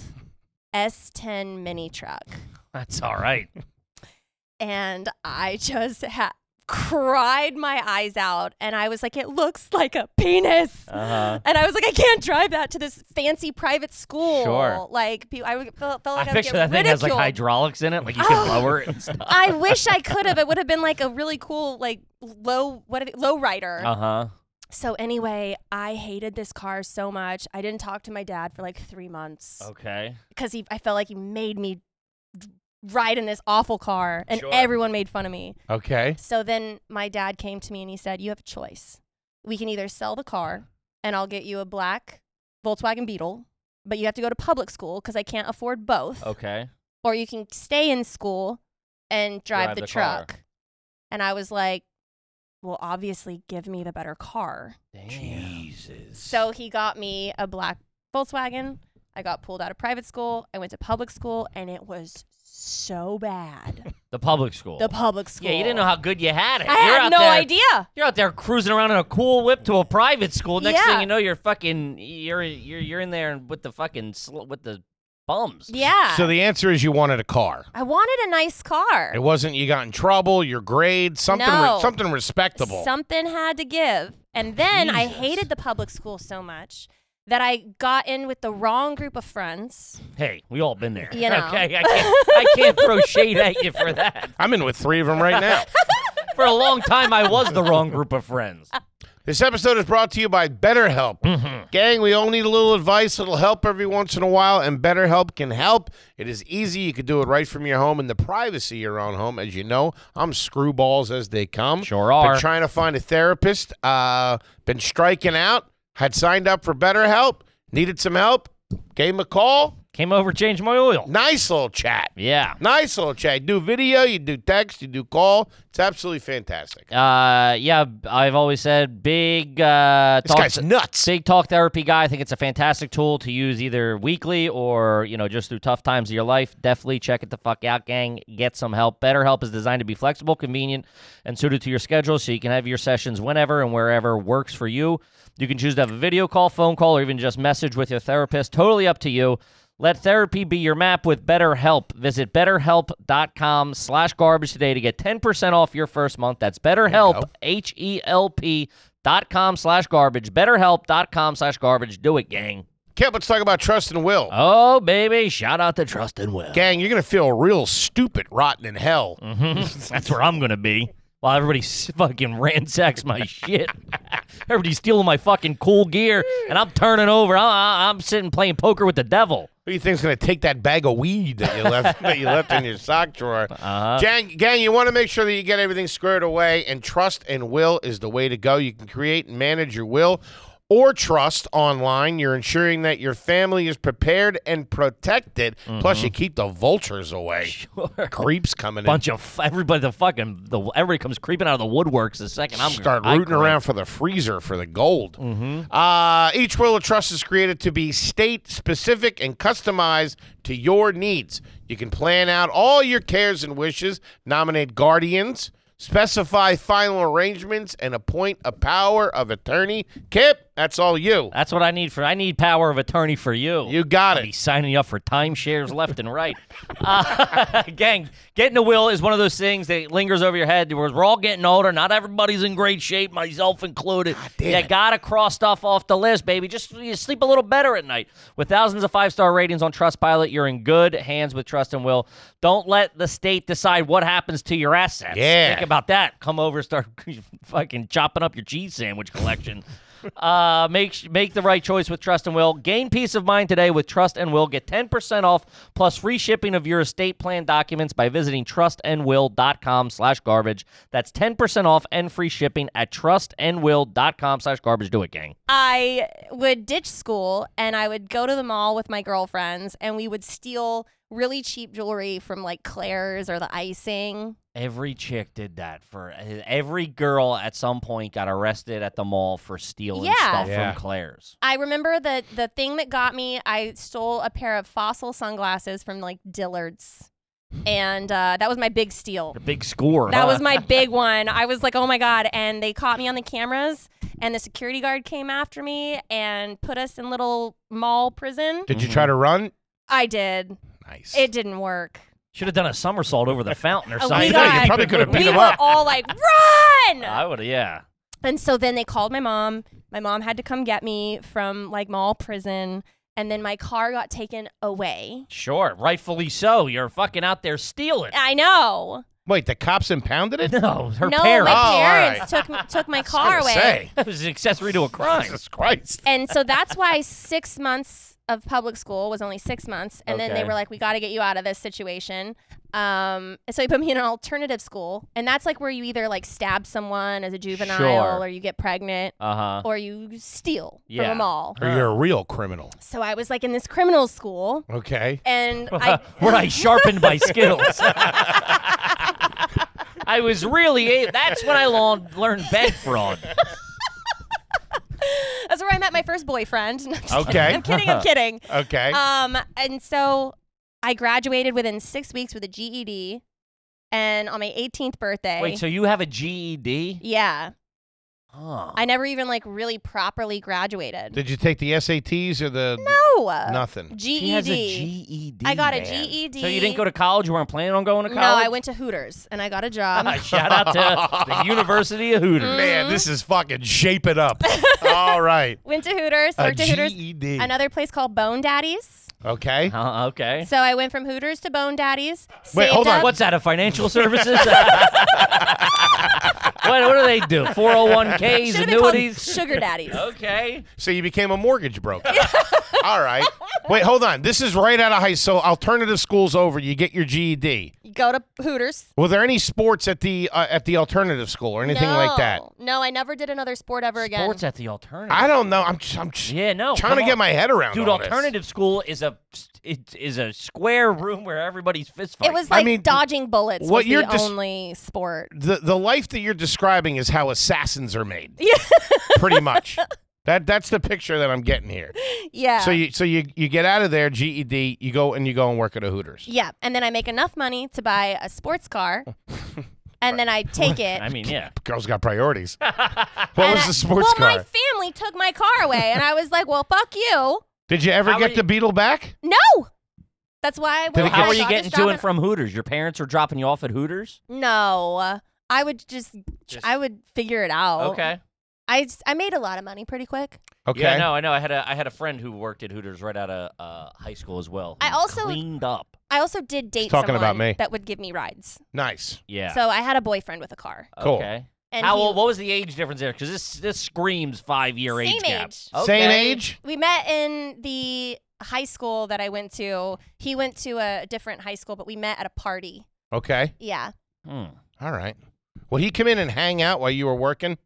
Speaker 4: S10 mini truck.
Speaker 2: That's all right.
Speaker 4: Oh, and I just ha- cried my eyes out. And I was like, it looks like a penis.
Speaker 2: Uh-huh.
Speaker 4: And I was like, I can't drive that to this fancy private school.
Speaker 2: Sure.
Speaker 4: Like, pe- I would- felt, felt like I,
Speaker 2: I
Speaker 4: would
Speaker 2: picture that
Speaker 4: get
Speaker 2: thing has like
Speaker 4: ridiculed.
Speaker 2: hydraulics in it, like you can lower it and stuff.
Speaker 4: I wish I could have. It would have been like a really cool, like low, what are they, low rider.
Speaker 2: Uh huh.
Speaker 4: So anyway, I hated this car so much. I didn't talk to my dad for like three months
Speaker 2: Okay.
Speaker 4: because he, I felt like he made me ride in this awful car, and
Speaker 2: Sure.
Speaker 4: everyone made fun of me.
Speaker 1: Okay.
Speaker 4: So then my dad came to me and he said, You have a choice. We can either sell the car and I'll get you a black Volkswagen Beetle, but you have to go to public school because I can't afford both.
Speaker 2: Okay.
Speaker 4: Or you can stay in school and drive,
Speaker 2: Drive
Speaker 4: the,
Speaker 2: the car.
Speaker 4: truck. And I was like, well, obviously, give me the better car.
Speaker 2: Jesus.
Speaker 4: So he got me a black Volkswagen. I got pulled out of private school. I went to public school, and it was so bad.
Speaker 2: the public school.
Speaker 4: The public school.
Speaker 2: yeah, you didn't know how good you had it.
Speaker 4: I
Speaker 2: You're
Speaker 4: had
Speaker 2: out
Speaker 4: no
Speaker 2: there-
Speaker 4: idea.
Speaker 2: You're out there cruising around in a cool whip to a private school. Next
Speaker 4: Yeah.
Speaker 2: thing you know, you're fucking you're you're you're in there with the fucking sl- with the bums.
Speaker 4: Yeah.
Speaker 1: So the answer is you wanted a car.
Speaker 4: I wanted a nice car.
Speaker 1: It wasn't you got in trouble, your grade, something re-
Speaker 4: No.
Speaker 1: something respectable.
Speaker 4: Something had to give. And then I
Speaker 2: Jesus.
Speaker 4: hated the public school so much that I got in with the wrong group of friends.
Speaker 2: Hey, we all been there.
Speaker 4: You know.
Speaker 2: Okay, I can't I can't throw shade at you for that.
Speaker 1: I'm in with three of them right now.
Speaker 2: For a long time, I was the wrong group of friends.
Speaker 1: This episode is brought to you by BetterHelp.
Speaker 2: Mm-hmm.
Speaker 1: Gang, we all need a little advice. It'll help every once in a while, and BetterHelp can help. It is easy. You can do it right from your home in the privacy of your own home. As you know, I'm screwballs as they come.
Speaker 2: Sure are.
Speaker 1: Been trying to find a therapist. Uh, been striking out. Had signed up for BetterHelp. Needed some help. Gave him a call.
Speaker 2: Came over, changed my oil.
Speaker 1: Nice little chat.
Speaker 2: Yeah.
Speaker 1: Nice little chat. You do video, you do text, you do call. It's absolutely fantastic.
Speaker 2: Uh, yeah, I've always said big uh,
Speaker 1: This
Speaker 2: talk,
Speaker 1: guy's nuts.
Speaker 2: big talk therapy guy. I think it's a fantastic tool to use either weekly or you know just through tough times of your life. Definitely check it the fuck out, gang. Get some help. BetterHelp is designed to be flexible, convenient, and suited to your schedule, so you can have your sessions whenever and wherever works for you. You can choose to have a video call, phone call, or even just message with your therapist. Totally up to you. Let therapy be your map with BetterHelp. Visit betterhelp.com slash garbage today to get 10% off your first month. That's BetterHelp, E H-E-L-P dot com slash garbage. BetterHelp.com slash garbage. Do it, gang.
Speaker 1: Kev, let's talk about trust and will.
Speaker 2: Oh, baby. Shout out to Trust and Will.
Speaker 1: Gang, you're gonna feel real stupid, rotten in hell.
Speaker 2: That's where I'm going to be. While everybody s- fucking ransacks my shit. Everybody's stealing my fucking cool gear, and I'm turning over. I- I- I'm sitting playing poker with the devil.
Speaker 1: Who do you think's gonna take that bag of weed that you left that you left in your sock drawer? Gang, gang, you want to make sure that you get everything squared away, and trust and will is the way to go. You can create and manage your will or trust online. You're ensuring that your family is prepared and protected. Plus, you keep the vultures away. Creeps coming in.
Speaker 2: bunch of f- everybody the fucking the everybody comes creeping out of the woodworks the second I'm
Speaker 1: start
Speaker 2: I
Speaker 1: rooting
Speaker 2: cry.
Speaker 1: around for the freezer for the gold. Uh, each will of trust is created to be state specific and customized to your needs. You can plan out all your cares and wishes, nominate guardians, specify final arrangements, and appoint a power of attorney. Kip, that's all you.
Speaker 2: That's what I need for I need power of attorney for you.
Speaker 1: You got
Speaker 2: I'll be
Speaker 1: it.
Speaker 2: signing you up for timeshares left and right. Uh, gang, getting a will is one of those things that lingers over your head. We're, we're all getting older. Not everybody's in great shape, myself included. You got to cross stuff off the list, baby. Just so you sleep a little better at night. With thousands of five star ratings on Trustpilot, you're in good hands with Trust and Will. Don't let the state decide what happens to your assets.
Speaker 1: Yeah.
Speaker 2: Think about that. Come over, start fucking chopping up your cheese sandwich collection. uh, make sh- make the right choice with Trust and Will. Gain peace of mind today with Trust and Will. Get 10% off plus free shipping of your estate plan documents by visiting trustandwill.com slash garbage. That's 10% off and free shipping at trustandwill.com slash garbage. Do it, gang.
Speaker 4: I would ditch school and I would go to the mall with my girlfriends, and we would steal really cheap jewelry from like Claire's or the icing.
Speaker 2: Every chick did that for every girl at some point got arrested at the mall for stealing
Speaker 4: Yeah.
Speaker 2: stuff
Speaker 1: Yeah.
Speaker 2: from Claire's.
Speaker 4: I remember the the thing that got me. I stole a pair of fossil sunglasses from like Dillard's, and uh, that was my big steal.
Speaker 2: A big score.
Speaker 4: That
Speaker 2: huh?
Speaker 4: was my big one. I was like, oh my God. And they caught me on the cameras, and the security guard came after me and put us in little mall prison.
Speaker 1: Did you try to run?
Speaker 4: I did.
Speaker 1: Nice.
Speaker 4: It didn't work.
Speaker 2: Should have done a somersault over the fountain or
Speaker 4: Oh,
Speaker 2: something.
Speaker 4: we Yeah, you got-
Speaker 1: probably could have beat
Speaker 4: we
Speaker 1: him
Speaker 4: were
Speaker 1: up. Uh,
Speaker 4: all like, run!
Speaker 2: I would have, yeah.
Speaker 4: And so then they called my mom. My mom had to come get me from like mall prison. And then my car got taken away.
Speaker 2: Sure, rightfully so. You're fucking out there stealing.
Speaker 4: I know.
Speaker 1: Wait, the cops impounded it?
Speaker 2: No, her
Speaker 4: no,
Speaker 2: parents.
Speaker 4: my
Speaker 1: Oh, all
Speaker 4: parents took took my car away.
Speaker 1: Say,
Speaker 2: That was an accessory to a crime.
Speaker 1: Jesus Christ.
Speaker 4: And so that's why six months of public school was only six months. And then they
Speaker 2: Okay.
Speaker 4: were like, we got to get you out of this situation. Um, and so they put me in an alternative school. And that's like where you either like stab someone as a juvenile
Speaker 2: Sure.
Speaker 4: or you get pregnant
Speaker 2: Uh huh.
Speaker 4: or you steal
Speaker 2: Yeah.
Speaker 4: from a mall.
Speaker 1: Or you're a real criminal.
Speaker 4: So I was like in this criminal school.
Speaker 1: Okay.
Speaker 4: And Oh, I,
Speaker 2: Were I sharpened by skills? I was really. a- That's when I lo- learned bank fraud.
Speaker 4: that's where I met my first boyfriend. No, I'm just kidding.
Speaker 1: Okay.
Speaker 4: I'm kidding. I'm kidding.
Speaker 1: Okay.
Speaker 4: Um, and so I graduated within six weeks with a GED. And on my 18th birthday.
Speaker 2: Wait, so you have a GED?
Speaker 4: yeah.
Speaker 2: Huh.
Speaker 4: I never even like really properly graduated.
Speaker 1: Did you take the SATs or the
Speaker 4: no. E
Speaker 1: nothing?
Speaker 4: GED.
Speaker 2: She has a GED.
Speaker 4: I got a
Speaker 2: man.
Speaker 4: GED.
Speaker 2: So you didn't go to college? You weren't planning on going to
Speaker 4: No,
Speaker 2: college?
Speaker 4: I went to Hooters and I got a job.
Speaker 2: Shout out to the University of Hooters.
Speaker 1: Man, this
Speaker 2: Mm-hmm.
Speaker 1: is fucking shape it up. All right.
Speaker 4: went to Hooters,
Speaker 1: A
Speaker 4: worked at Hooters.
Speaker 1: GED.
Speaker 4: Another place called Bone Daddies. Mm.
Speaker 1: Okay.
Speaker 2: Uh, okay.
Speaker 4: So I went from Hooters to Bone Daddies.
Speaker 1: Wait,
Speaker 4: saved
Speaker 1: hold on.
Speaker 4: up-
Speaker 2: What's that? A financial services? what, what do they do? 401ks,
Speaker 4: Should have been called
Speaker 2: annuities.
Speaker 4: Sugar Daddies.
Speaker 2: Okay.
Speaker 1: So you became a mortgage broker. All right. Wait, hold on. This is right out of high school. So alternative school's over. You get your GED.
Speaker 4: Go to Hooters.
Speaker 1: Were there any sports at the uh, at the alternative school or anything like that?
Speaker 4: No. No, I never did another sport ever again.
Speaker 2: Sports at the alternative.
Speaker 1: I don't know. I'm just, I'm just
Speaker 2: Yeah, no,
Speaker 1: trying to
Speaker 2: come
Speaker 1: get
Speaker 2: on.
Speaker 1: my head around.
Speaker 2: Dude,
Speaker 1: all this.
Speaker 2: alternative school is a it is a square room where everybody's fist
Speaker 4: It was
Speaker 1: I
Speaker 4: like
Speaker 1: mean,
Speaker 4: dodging bullets
Speaker 1: what
Speaker 4: was
Speaker 1: you're
Speaker 4: the
Speaker 1: dis-
Speaker 4: only sport.
Speaker 1: the the life that you're describing is how assassins are made. pretty much. That that's the picture that I'm getting here.
Speaker 4: Yeah.
Speaker 1: So you so you you get out of there, GED, you go and you go and work at a Hooters.
Speaker 4: yeah. And then I make enough money to buy a sports car. and then I take it.
Speaker 2: I mean, yeah.
Speaker 1: Girls got priorities. what
Speaker 4: And
Speaker 1: was
Speaker 4: I-
Speaker 1: the sports
Speaker 4: well,
Speaker 1: car?
Speaker 4: my family took my car away, and I was like, "Well, fuck you,
Speaker 1: Did you ever
Speaker 2: How
Speaker 1: get
Speaker 2: are you-
Speaker 1: the Beetle back?
Speaker 4: no." That's why I went.
Speaker 1: Did it
Speaker 4: I
Speaker 1: get-
Speaker 2: How are
Speaker 4: got
Speaker 2: you
Speaker 4: this
Speaker 2: getting
Speaker 4: job
Speaker 2: to and from Hooters? Your parents are dropping you off at Hooters?
Speaker 4: No, I would just,
Speaker 2: Just-
Speaker 4: I would figure it out.
Speaker 2: Okay.
Speaker 4: I s- I made a lot of money pretty quick.
Speaker 1: Okay.
Speaker 2: Yeah, no, I know. I had a I had a friend who worked at Hooters right out of uh, high school as well.
Speaker 4: I
Speaker 2: who
Speaker 4: also-
Speaker 2: cleaned up.
Speaker 4: I also did date
Speaker 1: talking
Speaker 4: someone
Speaker 1: about me.
Speaker 4: that would give me rides.
Speaker 1: Nice.
Speaker 2: Yeah.
Speaker 4: So I had a boyfriend with a car.
Speaker 1: cool.
Speaker 2: Okay.
Speaker 4: And
Speaker 2: How
Speaker 4: he-
Speaker 2: old? What was the age difference there? Because this this screams five year age
Speaker 4: Same
Speaker 2: gap.
Speaker 4: age.
Speaker 1: Same
Speaker 2: Okay.
Speaker 1: age?
Speaker 4: We met in the high school that I went to. He went to a different high school, but we met at a party.
Speaker 1: Okay.
Speaker 4: Yeah.
Speaker 2: Hmm.
Speaker 1: All right. Will he come in and hang out while you were working?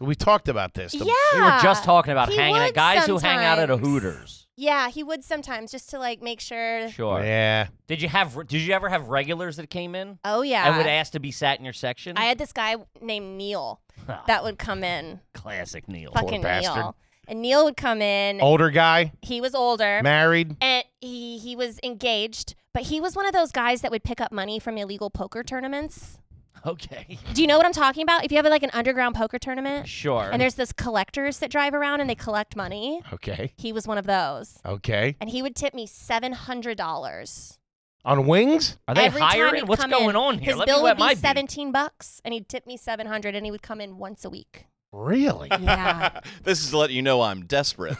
Speaker 1: We talked about this. The-
Speaker 4: yeah.
Speaker 2: We were just talking about
Speaker 4: He
Speaker 2: hanging out.
Speaker 4: would
Speaker 2: Guys who hang out at a
Speaker 4: sometimes.
Speaker 2: Hooters.
Speaker 4: Yeah, he would sometimes just to like make sure.
Speaker 2: Sure.
Speaker 1: Yeah.
Speaker 2: Did you have? Did you ever have regulars that came in
Speaker 4: Oh yeah.
Speaker 2: and would ask to be sat in your section?
Speaker 4: I had this guy named Neil
Speaker 2: Ah.
Speaker 4: that would come in.
Speaker 2: Classic Neil.
Speaker 4: fucking
Speaker 1: bastard.
Speaker 4: Neil. And Neil would come in.
Speaker 2: Oh.
Speaker 1: Older guy,
Speaker 4: He was older.
Speaker 1: married.
Speaker 4: and he, he was engaged, but he was one of those guys that would pick up money from illegal poker tournaments.
Speaker 2: Okay.
Speaker 4: Do you know what I'm talking about? If you have like an underground poker tournament
Speaker 2: Sure.
Speaker 4: and there's those collectors that drive around and they collect money,
Speaker 1: Okay.
Speaker 4: he was one of those.
Speaker 1: Okay.
Speaker 4: And he would tip me $700.
Speaker 1: On wings?
Speaker 2: Are they
Speaker 4: Every time
Speaker 2: hiring?
Speaker 4: he'd
Speaker 2: What's
Speaker 4: come
Speaker 2: going
Speaker 4: in,
Speaker 2: on here?
Speaker 4: His
Speaker 2: Let
Speaker 4: bill
Speaker 2: me
Speaker 4: would
Speaker 2: wet
Speaker 4: be
Speaker 2: my beak.
Speaker 4: 17 bucks and he'd tip me 700 and he would come in once a week.
Speaker 1: Really?
Speaker 4: Yeah.
Speaker 5: This is to let you know I'm desperate.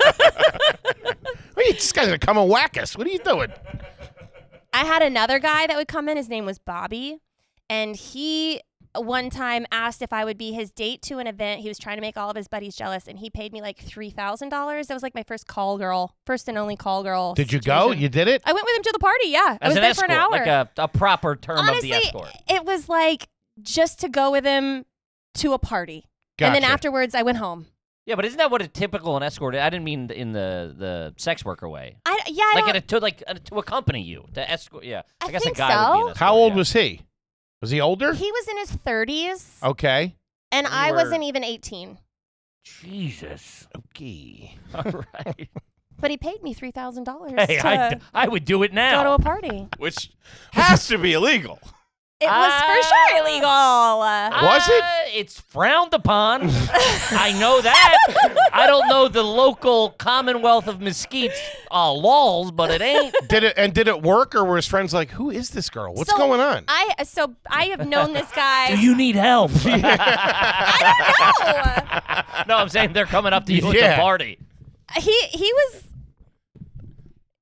Speaker 1: What are you- this guy's gonna come and whack us. What are you doing?
Speaker 4: I had another guy that would come in. His name was Bobby. And he uh, one time asked if I would be his date to an event. He was trying to make all of his buddies jealous, and he paid me like $3,000. That was like my first call girl, first and only call girl.
Speaker 1: Did you go?
Speaker 4: situation.
Speaker 1: You did it?
Speaker 4: I went with him to the party. Yeah. I
Speaker 2: As
Speaker 4: was
Speaker 2: an
Speaker 4: there
Speaker 2: escort,
Speaker 4: for an hour.
Speaker 2: like a, a proper term
Speaker 4: Honestly,
Speaker 2: of the escort.
Speaker 4: it was like just to go with him to a party. And then
Speaker 1: Gotcha.
Speaker 4: afterwards, I went home.
Speaker 2: Yeah, but isn't that what a typical an escort? I didn't mean in the the sex worker way.
Speaker 4: I, yeah. I
Speaker 2: like at
Speaker 4: don't-
Speaker 2: a, to like uh, to accompany you to escort. Yeah, I,
Speaker 4: I
Speaker 2: guess a
Speaker 4: think
Speaker 2: guy would be
Speaker 4: so.
Speaker 2: an escort.
Speaker 1: How old
Speaker 2: yeah.
Speaker 1: was he? Was he older?
Speaker 4: he was in his
Speaker 2: Oh,
Speaker 4: 30s,
Speaker 1: okay.
Speaker 4: and
Speaker 5: You
Speaker 4: I
Speaker 5: were-
Speaker 4: wasn't even 18,
Speaker 2: Jesus?
Speaker 1: Okay.
Speaker 2: All right.
Speaker 4: but he paid me $3,000
Speaker 2: hey,
Speaker 4: to
Speaker 2: I, I would do it
Speaker 4: go to
Speaker 2: now.
Speaker 4: a party.
Speaker 5: which has to be illegal.
Speaker 4: It was for
Speaker 2: Ah.
Speaker 4: sure illegal. Uh,
Speaker 1: Was it?
Speaker 2: Uh, It's frowned upon. I know that. I don't know the local Commonwealth of Mesquite uh, laws, but it ain't.
Speaker 1: Did it and did it work or were his friends like, Who is this girl? What's
Speaker 4: So, uh,
Speaker 1: going on?
Speaker 4: I so I have known this guy.
Speaker 2: Do you need help?
Speaker 4: no,
Speaker 2: no, I'm saying they're coming up to you at
Speaker 1: Yeah.
Speaker 2: the party.
Speaker 4: he he was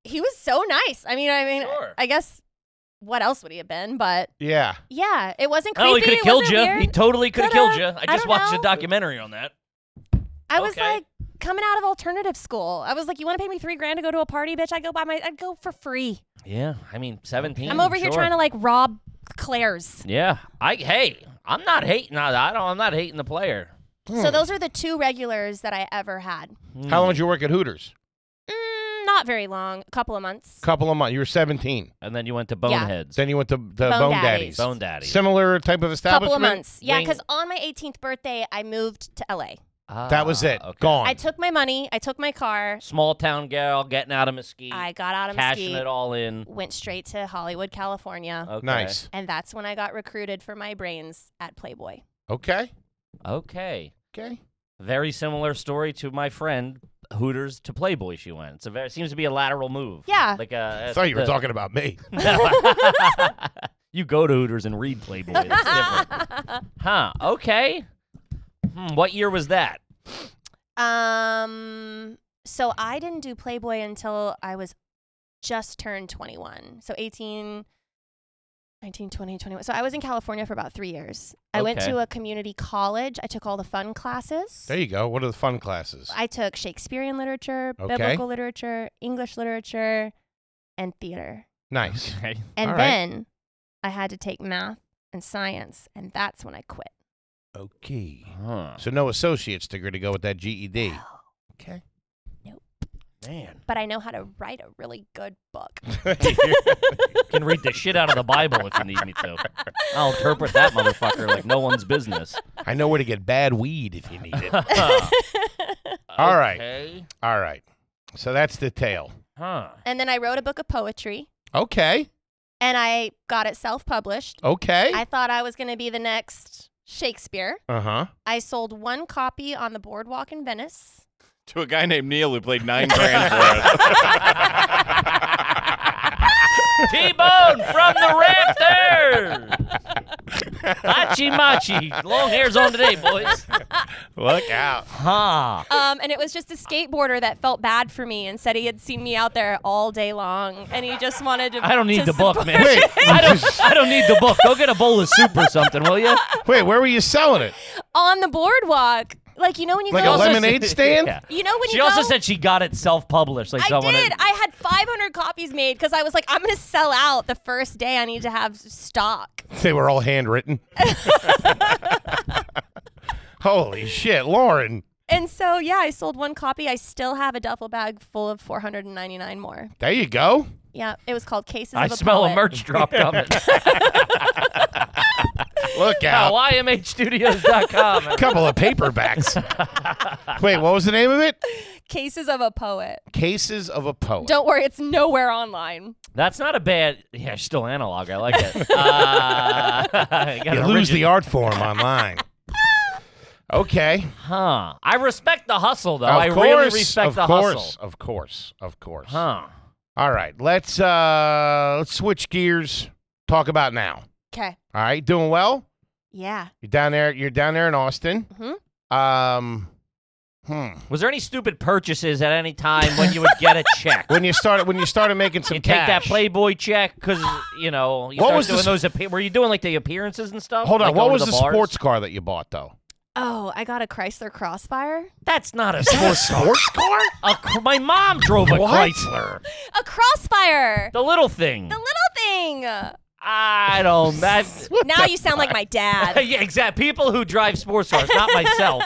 Speaker 4: he was so nice. I mean, I mean,
Speaker 2: Sure.
Speaker 4: I guess what else would he have been? But
Speaker 1: Yeah.
Speaker 4: yeah, it wasn't creepy.
Speaker 2: Oh, he could have
Speaker 4: it
Speaker 2: killed
Speaker 4: wasn't
Speaker 2: you.
Speaker 4: weird.
Speaker 2: He totally could have killed you.
Speaker 4: Coulda.
Speaker 2: I
Speaker 4: I
Speaker 2: just
Speaker 4: don't
Speaker 2: watched a
Speaker 4: know.
Speaker 2: documentary on that.
Speaker 4: I was
Speaker 2: Okay.
Speaker 4: like coming out of alternative school. I was like, you want to pay me three grand to go to a party, bitch? I go buy my, I go for free.
Speaker 2: Yeah, I mean, 17.
Speaker 4: I'm over here trying to like rob Claire's.
Speaker 2: Yeah, I hey, I'm not hating. I I don't. I'm not hating the player.
Speaker 1: Hmm.
Speaker 4: So those are the two regulars that I ever had.
Speaker 1: How long did you work at Hooters?
Speaker 4: Mm, not very long, a couple of months.
Speaker 1: Couple of months. You were 17.
Speaker 2: And then you went to Boneheads,
Speaker 1: Then you went to the Bone, Daddies.
Speaker 4: Daddies.
Speaker 2: Bone Daddy.
Speaker 1: Similar type of
Speaker 4: Couple
Speaker 1: establishment.
Speaker 4: of months. Yeah,
Speaker 2: Wing-
Speaker 4: because on my 18th birthday, I moved to LA.
Speaker 1: That was it.
Speaker 2: Ah, okay.
Speaker 1: Gone.
Speaker 4: I took my money, I took my car,
Speaker 2: Small town gal getting out of mesquite,
Speaker 4: I got out of
Speaker 2: cashing
Speaker 4: Mesquite,
Speaker 2: it all in.
Speaker 4: went straight to Hollywood, California.
Speaker 2: Okay.
Speaker 1: Nice.
Speaker 4: And that's when I got recruited for my brains at Playboy.
Speaker 1: Okay.
Speaker 2: Okay.
Speaker 1: Okay.
Speaker 2: Very similar story to my friend Hooters to Playboy. She went. It's a very seems to be a lateral move.
Speaker 4: Yeah.
Speaker 2: Like a.
Speaker 1: I thought you were
Speaker 2: the-
Speaker 1: talking about me.
Speaker 2: you go to Hooters and read Playboy. That's different. huh. Okay. Hmm, what year was that?
Speaker 4: Um, so I didn't do Playboy until I was just turned 21. So 18, 19, 20, 21. So I was in California for about three years. I went
Speaker 2: Okay.
Speaker 4: to a community college. I took all the fun classes.
Speaker 1: there you go. What are the fun classes?
Speaker 4: I took Shakespearean literature,
Speaker 1: Okay.
Speaker 4: biblical literature, English literature, and theater.
Speaker 1: nice.
Speaker 2: Okay.
Speaker 4: And
Speaker 1: All right.
Speaker 4: then I had to take math and science, and that's when I quit.
Speaker 1: Okay.
Speaker 2: Huh.
Speaker 1: So no associate's degree to go with that E GED. Okay.
Speaker 2: Man.
Speaker 4: Oh. But I know how to write a really good book.
Speaker 2: Can read the shit out of the Bible if you need me to. I'll interpret that motherfucker like no one's business.
Speaker 1: I know where to get bad weed if you need it.
Speaker 2: All
Speaker 1: All right.
Speaker 2: right. okay.
Speaker 1: All right. So that's the tale.
Speaker 2: Huh.
Speaker 4: And then I wrote a book of poetry,
Speaker 1: Okay.
Speaker 4: and I got it self published.
Speaker 1: Okay.
Speaker 4: I thought I was going to be the next Shakespeare.
Speaker 1: Uh huh.
Speaker 4: I sold one copy on the boardwalk in Venice.
Speaker 5: To a guy named Neil who played nine grand for it.
Speaker 2: T-Bone from the rafters. Hachi machi. Long hair's on today, boys.
Speaker 1: Look out.
Speaker 2: Huh.
Speaker 4: Um, and it was just a skateboarder that felt bad for me and said he had seen me out there all day long, and he just wanted to.
Speaker 2: I don't need the
Speaker 4: to
Speaker 2: book,
Speaker 4: support-
Speaker 2: man. I don't. I don't need the book. Go get a bowl of soup or something, will you?
Speaker 1: Wait, where were you selling it?
Speaker 4: on the boardwalk. Like you know when you
Speaker 1: Like
Speaker 4: go
Speaker 1: a lemonade stand?
Speaker 2: Yeah.
Speaker 4: You know when
Speaker 2: She
Speaker 4: you
Speaker 2: also
Speaker 4: go-
Speaker 2: said she got it self-published, like
Speaker 4: I
Speaker 2: someone.
Speaker 4: did. I had 500 copies made because I was like, I'm gonna sell out the first day. I need to have stock.
Speaker 1: They were all handwritten. Holy shit, Lauren.
Speaker 4: And so yeah, I sold one copy. I still have a duffel bag full of 499 more.
Speaker 1: There you go.
Speaker 4: Yeah, it was called Cases
Speaker 2: I
Speaker 4: of a
Speaker 2: smell
Speaker 4: Poet.
Speaker 2: a merch drop coming.
Speaker 1: Look out.
Speaker 2: Now, YMHstudios.com.
Speaker 1: Couple of paperbacks. Wait, what was the name of it?
Speaker 4: Cases of a Poet.
Speaker 1: Cases of a Poet.
Speaker 4: Don't worry, it's nowhere online.
Speaker 2: That's not a bad. Yeah, still analog. I like it. Uh, got
Speaker 1: you
Speaker 2: an
Speaker 1: lose the
Speaker 2: origin-
Speaker 1: art form online. Okay.
Speaker 2: Huh. I respect the hustle, though.
Speaker 1: of
Speaker 2: I
Speaker 1: course.
Speaker 2: really respect
Speaker 1: of
Speaker 2: the
Speaker 1: course.
Speaker 2: hustle.
Speaker 1: Of course. Of course.
Speaker 2: Huh.
Speaker 1: All right. Let's uh let's switch gears. Talk about now.
Speaker 4: Okay.
Speaker 1: All right. Doing well?
Speaker 4: Yeah.
Speaker 1: You're down there you're down there in Austin.
Speaker 4: Mhm.
Speaker 1: Um hmm.
Speaker 2: Was there any stupid purchases at any time when you would get a check?
Speaker 1: When you started when you started making some
Speaker 2: you take that
Speaker 1: cash-
Speaker 2: Playboy check because you know you
Speaker 1: What
Speaker 2: start
Speaker 1: was the
Speaker 2: doing
Speaker 1: s-
Speaker 2: those. Appe- were you doing like the appearances and stuff?
Speaker 1: Hold on,
Speaker 2: Like,
Speaker 1: what
Speaker 2: going
Speaker 1: was
Speaker 2: to
Speaker 1: the,
Speaker 2: the, bars?
Speaker 1: sports car that you bought though?
Speaker 4: Oh, I got a Chrysler Crossfire.
Speaker 2: That's not a sports.
Speaker 1: sports car?
Speaker 2: a, cr- my mom drove a
Speaker 1: What?
Speaker 2: Chrysler.
Speaker 4: A Crossfire.
Speaker 2: The little thing.
Speaker 4: The little thing.
Speaker 2: I don't. That.
Speaker 4: now you sound like my dad.
Speaker 2: yeah, exactly. People who drive sports cars, not myself,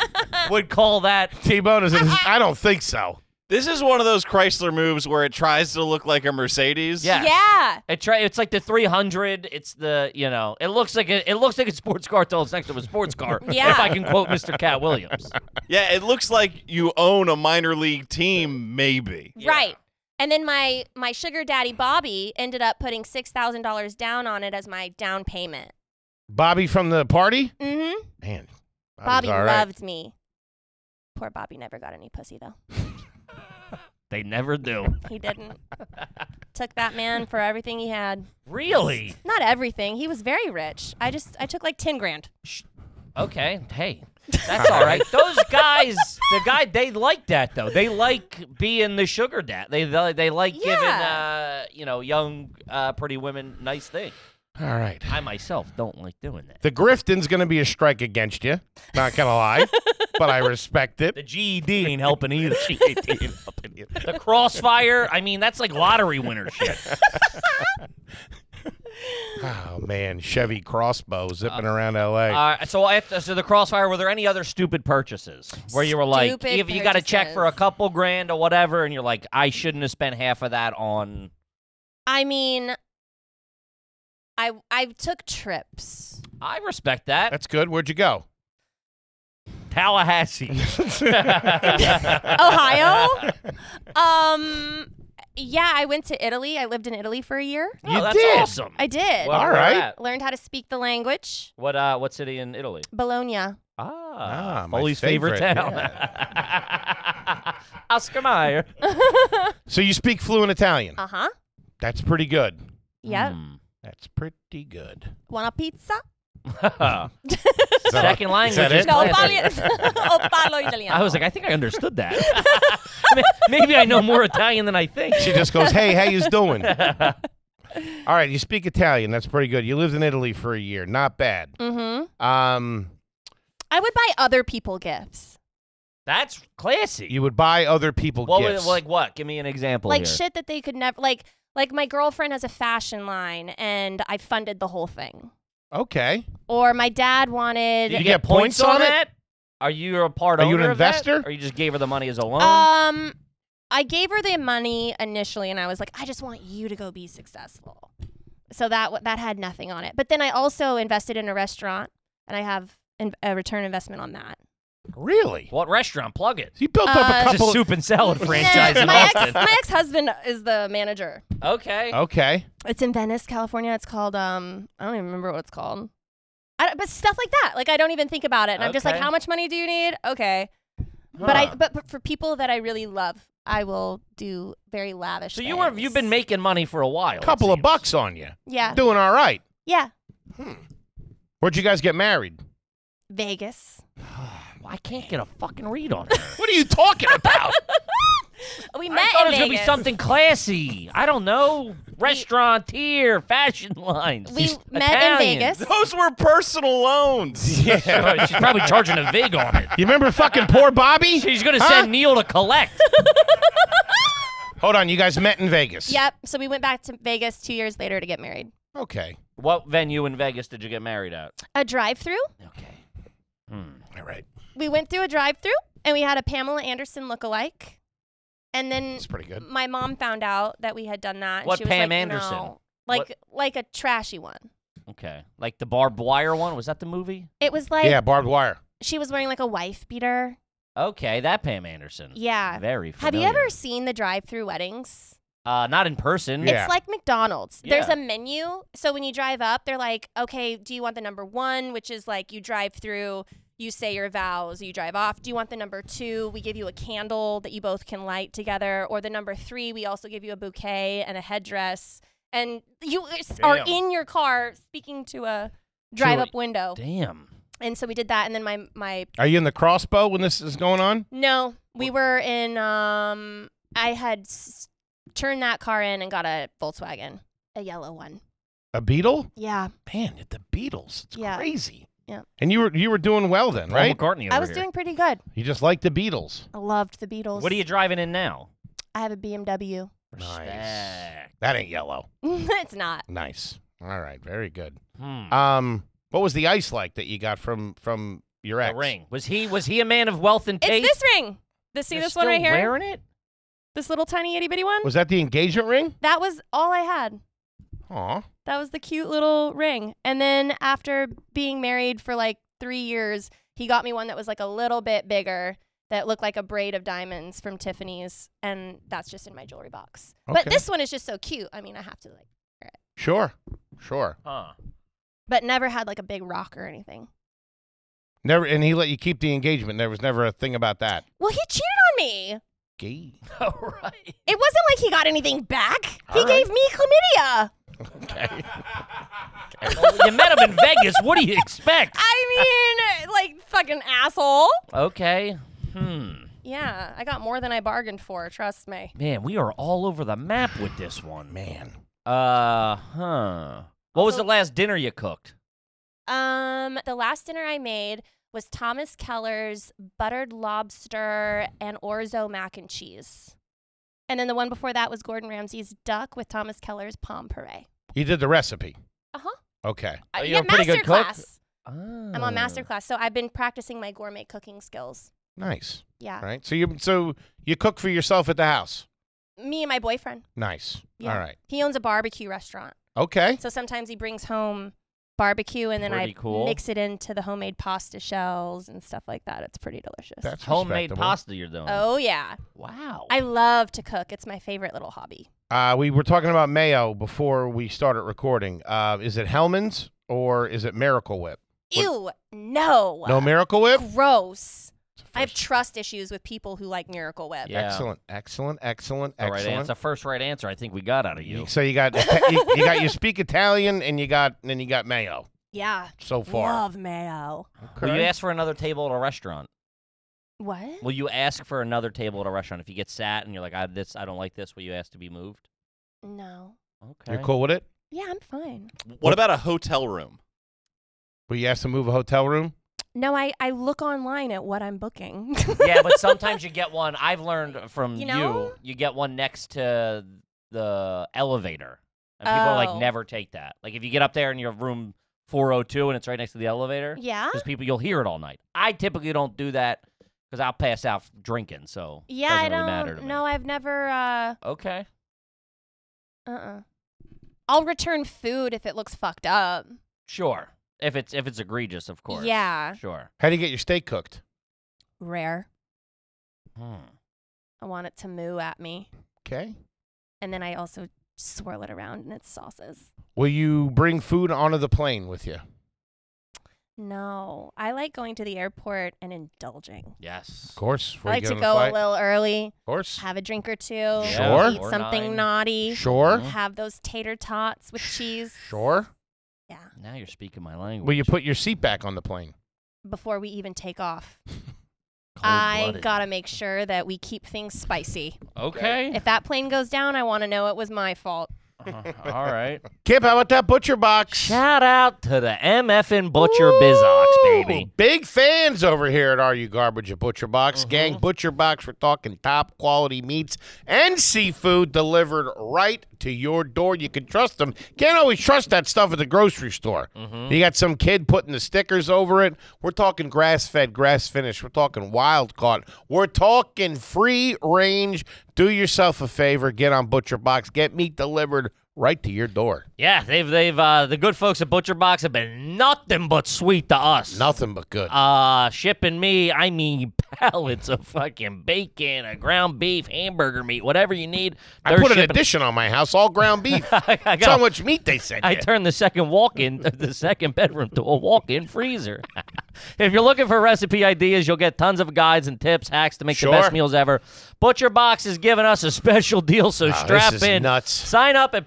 Speaker 2: would call that
Speaker 1: T Bone is I don't think so.
Speaker 5: This is one of those Chrysler moves where it tries to look like a Mercedes.
Speaker 2: Yeah.
Speaker 4: Yeah.
Speaker 2: It try, it's like the 300. It's the you know. It looks like a it looks like a sports car till it's next to a sports car.
Speaker 4: Yeah.
Speaker 2: If I can quote Mr. Cat Williams.
Speaker 5: Yeah, it looks like you own a minor league team, maybe.
Speaker 2: Yeah.
Speaker 4: Right. And then my my sugar daddy Bobby ended up putting six thousand dollars down on it as my down payment.
Speaker 1: Bobby from the party?
Speaker 4: hmm
Speaker 1: Man. Bobby's
Speaker 4: Bobby
Speaker 1: all right.
Speaker 4: loved me. Poor Bobby never got any pussy though.
Speaker 2: They never do.
Speaker 4: He didn't. took that man for everything he had.
Speaker 2: Really?
Speaker 4: Not everything. He was very rich. I just I took like ten grand.
Speaker 2: Okay. Hey, That's all right. Those guys, the guy, they like that though. They like being the sugar dad. They they, they like giving uh,
Speaker 4: Yeah.
Speaker 2: you know young uh, pretty women nice things.
Speaker 1: All right.
Speaker 2: I myself don't like doing that.
Speaker 1: The Grifton's going to be a strike against you. Not going to lie, but I respect it.
Speaker 2: The GED ain't helping either. The crossfire, I mean, that's like lottery winner shit.
Speaker 1: Oh, man. Chevy crossbow zipping around LA.
Speaker 2: Uh, so, after, so the crossfire. Were there any other stupid purchases where you were like,
Speaker 4: Stupid
Speaker 2: if you got a check for a
Speaker 4: purchases.
Speaker 2: couple grand or whatever, and you're like, I shouldn't have spent half of that on.
Speaker 4: I mean, I I took trips.
Speaker 2: I respect that.
Speaker 1: That's good. Where'd you go?
Speaker 2: Tallahassee.
Speaker 4: Ohio? um, yeah, I went to Italy. I lived in Italy for a year.
Speaker 2: Oh, that's
Speaker 1: did.
Speaker 2: awesome.
Speaker 4: I did.
Speaker 2: Well,
Speaker 1: All
Speaker 2: where
Speaker 1: right.
Speaker 2: at?
Speaker 4: Learned how to speak the language.
Speaker 2: What uh? What city in Italy?
Speaker 4: Bologna.
Speaker 2: Ah,
Speaker 1: Ah, my
Speaker 2: Foley's favorite,
Speaker 1: favorite,
Speaker 2: town. Oscar Mayer.
Speaker 1: So you speak fluent Italian.
Speaker 4: Uh huh.
Speaker 1: That's pretty good.
Speaker 4: Yep.
Speaker 2: Hmm.
Speaker 1: That's pretty good.
Speaker 4: Want a pizza?
Speaker 1: Is that-
Speaker 2: Second language
Speaker 1: Is that
Speaker 2: is
Speaker 1: it?
Speaker 4: No,
Speaker 2: classic.
Speaker 4: parli- oh, parlo italiano.
Speaker 2: I was like, I think I understood that. Ma- Maybe I know more Italian than I think.
Speaker 1: She just goes, "Hey, how you doing?" All right, you speak Italian. That's pretty good. You lived in Italy for a year. Not bad.
Speaker 4: mm-hmm.
Speaker 1: Um,
Speaker 4: I would buy other people gifts,
Speaker 2: That's classy.
Speaker 1: you would buy other people
Speaker 2: what
Speaker 1: gifts.
Speaker 2: was, like what? Give me an example.
Speaker 4: like
Speaker 2: here.
Speaker 4: shit that they could never like. Like my girlfriend has a fashion line, and I funded the whole thing.
Speaker 1: okay.
Speaker 4: Or my dad wanted.
Speaker 2: Did you,
Speaker 1: you
Speaker 2: get,
Speaker 1: get points
Speaker 2: points on
Speaker 1: on it?
Speaker 2: that? Are you a part
Speaker 1: Are
Speaker 2: owner
Speaker 1: you an
Speaker 2: of that?
Speaker 1: investor?
Speaker 2: Or you just gave her the money as a loan?
Speaker 4: Um, I gave her the money initially, and I was like, I just want you to go be successful. So that w- that had nothing on it. But then I also invested in a restaurant, and I have in- a return investment on that.
Speaker 1: Really?
Speaker 2: what restaurant? Plug it.
Speaker 1: You built up a
Speaker 4: Uh,
Speaker 2: It's a
Speaker 1: couple.
Speaker 2: soup and salad franchise
Speaker 4: Nah,
Speaker 2: in
Speaker 4: my
Speaker 2: Austin.
Speaker 4: ex my ex husband is the manager.
Speaker 2: okay.
Speaker 1: Oh, okay.
Speaker 4: It's in Venice, California. It's called um I don't even remember what it's called. I don't- but stuff like that, like I don't even think about it, and I'm just like,
Speaker 2: Okay.
Speaker 4: how much money do you need? Okay, but
Speaker 2: Huh.
Speaker 4: I but, but for people that I really love, I will do very lavish.
Speaker 2: So you were you've been
Speaker 4: things.
Speaker 2: making money for a while. it
Speaker 1: Couple of
Speaker 2: seems.
Speaker 1: bucks on you.
Speaker 4: yeah
Speaker 1: Doing all right.
Speaker 4: yeah
Speaker 1: Where'd you guys get married?
Speaker 4: Vegas.
Speaker 2: I can't get a fucking read on it.
Speaker 1: What are you talking about?
Speaker 4: We
Speaker 2: I
Speaker 4: met
Speaker 2: thought it
Speaker 4: in
Speaker 2: was gonna be
Speaker 4: Vegas.
Speaker 2: something classy. I don't know, restaurantier, fashion lines.
Speaker 4: We
Speaker 2: She's
Speaker 4: met
Speaker 2: Italian.
Speaker 4: in Vegas.
Speaker 5: Those were personal loans.
Speaker 2: Yeah, She's probably charging a vig on it.
Speaker 1: you remember fucking poor Bobby?
Speaker 2: She's gonna
Speaker 1: Huh?
Speaker 2: send Neil to collect.
Speaker 1: Hold on. You guys met in Vegas.
Speaker 4: Yep. So we went back to Vegas two years later to get married.
Speaker 1: Okay.
Speaker 2: what venue in Vegas did you get married at?
Speaker 4: A drive-through.
Speaker 2: Okay.
Speaker 1: All right.
Speaker 4: We went through a drive-through, and we had a Pamela Anderson look-alike. And then
Speaker 1: That's pretty good.
Speaker 4: my mom found out that we had done that. And
Speaker 2: What
Speaker 4: she was
Speaker 2: Pam
Speaker 4: like,
Speaker 2: Anderson?
Speaker 4: "No." Like like a trashy one.
Speaker 2: Okay. Like the barbed wire one. Was that the movie?
Speaker 4: It was like
Speaker 1: Yeah, barbed wire.
Speaker 4: she was wearing like a wife beater.
Speaker 2: Okay, that Pam Anderson.
Speaker 4: Yeah.
Speaker 2: Very.
Speaker 4: Have you
Speaker 2: familiar.
Speaker 4: ever seen the drive-through weddings?
Speaker 2: Uh, not in person.
Speaker 1: Yeah.
Speaker 4: It's like McDonald's. There's
Speaker 2: Yeah.
Speaker 4: a menu. So when you drive up, they're like, okay, do you want the number one, which is like you drive through, you say your vows, you drive off. Do you want the number two? We give you a candle that you both can light together. Or the number three, we also give you a bouquet and a headdress. And you s- are
Speaker 2: Damn.
Speaker 4: in your car speaking to a drive up window.
Speaker 2: Damn.
Speaker 4: And so we did that. And then my, my,
Speaker 1: Are you in the crossbow when this is going on?
Speaker 4: no, we were in, um, I had s- turned that car in and got a Volkswagen, a yellow one.
Speaker 1: A beetle?
Speaker 4: Yeah.
Speaker 1: Man, the Beatles. It's
Speaker 4: Yeah.
Speaker 1: crazy.
Speaker 4: Yeah.
Speaker 1: And you were you were doing well then,
Speaker 2: Paul
Speaker 1: right?
Speaker 2: McCartney.
Speaker 4: I
Speaker 2: over
Speaker 4: was
Speaker 2: here.
Speaker 4: doing pretty good.
Speaker 1: You just like the Beatles.
Speaker 4: I loved the Beatles.
Speaker 2: What are you driving in now?
Speaker 4: I have a BMW.
Speaker 1: Nice.
Speaker 2: Respect.
Speaker 1: That ain't yellow.
Speaker 4: it's not.
Speaker 1: Nice. All right, very good.
Speaker 2: Hmm.
Speaker 1: Um, what was the ice like that you got from from your
Speaker 2: A
Speaker 1: ex?
Speaker 2: ring. Was he was he a man of wealth and taste?
Speaker 4: It's this ring. This see
Speaker 2: You're
Speaker 4: this one right
Speaker 2: still
Speaker 4: here?
Speaker 2: Wearing it?
Speaker 4: This little tiny itty bitty one?
Speaker 1: Was that the engagement ring?
Speaker 4: that was all I had.
Speaker 1: Aw.
Speaker 4: That was the cute little ring. And then after being married for like three years, he got me one that was like a little bit bigger that looked like a braid of diamonds from Tiffany's. And that's just in my jewelry box. But
Speaker 1: Okay.
Speaker 4: this one is just so cute. I mean, I have to like,
Speaker 1: Sure. Sure.
Speaker 2: Huh.
Speaker 4: but never had like a big rock or anything.
Speaker 1: Never and he let you keep the engagement. There was never a thing about that.
Speaker 4: Well, he cheated on me.
Speaker 1: Gee.
Speaker 2: All right.
Speaker 4: It wasn't like he got anything back.
Speaker 2: All
Speaker 4: he
Speaker 2: right.
Speaker 4: gave me chlamydia.
Speaker 1: Okay.
Speaker 2: you met him in Vegas. What do you expect?
Speaker 4: I mean, like fucking asshole.
Speaker 2: Okay. Hmm.
Speaker 4: Yeah, I got more than I bargained for. Trust me.
Speaker 2: Man, we are all over the map with this one.
Speaker 1: Man.
Speaker 2: Uh huh. What was the last dinner you cooked?
Speaker 4: Um, the last dinner I made was Thomas Keller's buttered lobster and orzo mac and cheese. And then the one before that was Gordon Ramsay's duck with Thomas Keller's palm puree.
Speaker 1: You did the recipe.
Speaker 4: Uh-huh.
Speaker 1: Okay.
Speaker 4: I-
Speaker 2: Uh, you're
Speaker 4: yeah,
Speaker 2: a pretty good cook. Hmm.
Speaker 4: masterclass. I'm on
Speaker 2: Oh.
Speaker 4: masterclass, so I've been practicing my gourmet cooking skills.
Speaker 1: Nice.
Speaker 4: Yeah.
Speaker 1: All right. So you so you cook for yourself at the house.
Speaker 4: Me and my boyfriend.
Speaker 1: Nice.
Speaker 4: Yeah.
Speaker 1: All right.
Speaker 4: He owns a barbecue restaurant.
Speaker 1: Okay.
Speaker 4: So sometimes he brings home barbecue and then I
Speaker 2: Pretty cool.
Speaker 4: mix it into the homemade pasta shells and stuff like that. It's pretty delicious.
Speaker 1: That's
Speaker 2: Homemade
Speaker 1: respectable.
Speaker 2: pasta you're doing.
Speaker 4: oh yeah.
Speaker 2: Wow.
Speaker 4: I love to cook. It's my favorite little hobby.
Speaker 1: Uh, we were talking about mayo before we started recording. Uh, is it Hellman's or is it Miracle Whip? What-
Speaker 4: Ew, no.
Speaker 1: No Miracle Whip.
Speaker 4: Gross. I have
Speaker 1: First-
Speaker 4: trust issues with people who like Miracle Whip.
Speaker 2: Yeah.
Speaker 1: Excellent. Excellent. Excellent.
Speaker 2: the right
Speaker 1: excellent.
Speaker 2: answer. First right answer. I think we got out of you.
Speaker 1: So you got you, you got you speak Italian and you got and you got mayo
Speaker 4: Yeah.
Speaker 1: so far.
Speaker 4: Love mayo.
Speaker 2: Will you ask for another table at a restaurant?
Speaker 4: What?
Speaker 2: Will you ask for another table at a restaurant if you get sat and you're like, I this I don't like this? Will you ask to be moved?
Speaker 4: No.
Speaker 2: Okay.
Speaker 1: You're cool with it?
Speaker 4: Yeah, I'm fine.
Speaker 5: What about a hotel room?
Speaker 1: Will you ask to move a hotel room?
Speaker 4: No, I, I look online at what I'm booking.
Speaker 2: yeah, but sometimes you get one. I've learned from
Speaker 4: You
Speaker 2: you,
Speaker 4: know?
Speaker 2: you, get one next to the elevator, and people are
Speaker 4: Oh.
Speaker 2: like never take that. Like if you get up there and you're room 402 and it's right next to the elevator,
Speaker 4: yeah?
Speaker 2: because people you'll hear it all night. I typically don't do that because I'll pass out f- drinking. So
Speaker 4: Yeah,
Speaker 2: doesn't
Speaker 4: I
Speaker 2: really matter to
Speaker 4: don't.
Speaker 2: me.
Speaker 4: No, I've never. Uh
Speaker 2: Okay.
Speaker 4: uh. uh I'll return food if it looks fucked up.
Speaker 2: Sure. If it's if it's egregious, of course.
Speaker 4: Yeah.
Speaker 2: Sure.
Speaker 1: How do you get your steak cooked?
Speaker 4: Rare.
Speaker 2: Hmm.
Speaker 4: I want it to moo at me,
Speaker 1: Okay.
Speaker 4: and then I also swirl it around in its sauces.
Speaker 1: Will you bring food onto the plane with you?
Speaker 4: No, I like going to the airport and indulging.
Speaker 2: Yes.
Speaker 1: Of course. before
Speaker 4: I
Speaker 1: you
Speaker 4: like
Speaker 1: get
Speaker 4: to
Speaker 1: on the
Speaker 4: go a
Speaker 1: flight.
Speaker 4: little early,
Speaker 1: Of course.
Speaker 4: have a drink or two,
Speaker 1: Sure.
Speaker 4: eat
Speaker 2: Or
Speaker 4: something
Speaker 2: nine.
Speaker 4: naughty,
Speaker 1: Sure.
Speaker 2: Mm-hmm.
Speaker 4: have those tater tots with cheese.
Speaker 1: Sure.
Speaker 4: Yeah,
Speaker 2: Now you're speaking my language.
Speaker 1: Will you put your seat back on the plane?
Speaker 4: before we even take off. I
Speaker 2: Cold-blooded.
Speaker 4: gotta make sure that we keep things spicy.
Speaker 2: Okay.
Speaker 4: If that plane goes down, I want to know it was my fault.
Speaker 2: all right.
Speaker 1: Kip, how about that butcher box?
Speaker 2: Shout out to the MFN Butcher Bizox,
Speaker 1: Ooh,
Speaker 2: baby.
Speaker 1: Big fans over here at Are You Garbage at Butcher Box. Gang, Butcher Box, we're talking top quality meats and seafood delivered right to your door. You can trust them. Can't always trust that stuff at the grocery store. You got some kid putting the stickers over it. We're talking grass fed, grass finished. We're talking wild caught. We're talking free range. Do yourself a favor. Get on Butcher Box. Get meat delivered right to your door.
Speaker 2: Yeah, they've they've uh, the good folks at Butcher Box have been nothing but sweet to us.
Speaker 1: Nothing but good.
Speaker 2: Uh, shipping me, I mean, pallets of fucking bacon, a ground beef, hamburger meat, whatever you need.
Speaker 1: I
Speaker 2: they're
Speaker 1: put an
Speaker 2: shipping-
Speaker 1: addition on my house, all ground beef.
Speaker 2: I
Speaker 1: That's how
Speaker 2: got a-
Speaker 1: much meat they sent.
Speaker 2: I
Speaker 1: you.
Speaker 2: turned the second walk-in, the second bedroom to a walk-in freezer. if you're looking for recipe ideas, you'll get tons of guides and tips, hacks to make the
Speaker 1: Sure.
Speaker 2: best meals ever. Butcher Box is giving us a special deal, so strap
Speaker 1: Ah, is
Speaker 2: in.
Speaker 1: nuts.
Speaker 2: Sign up at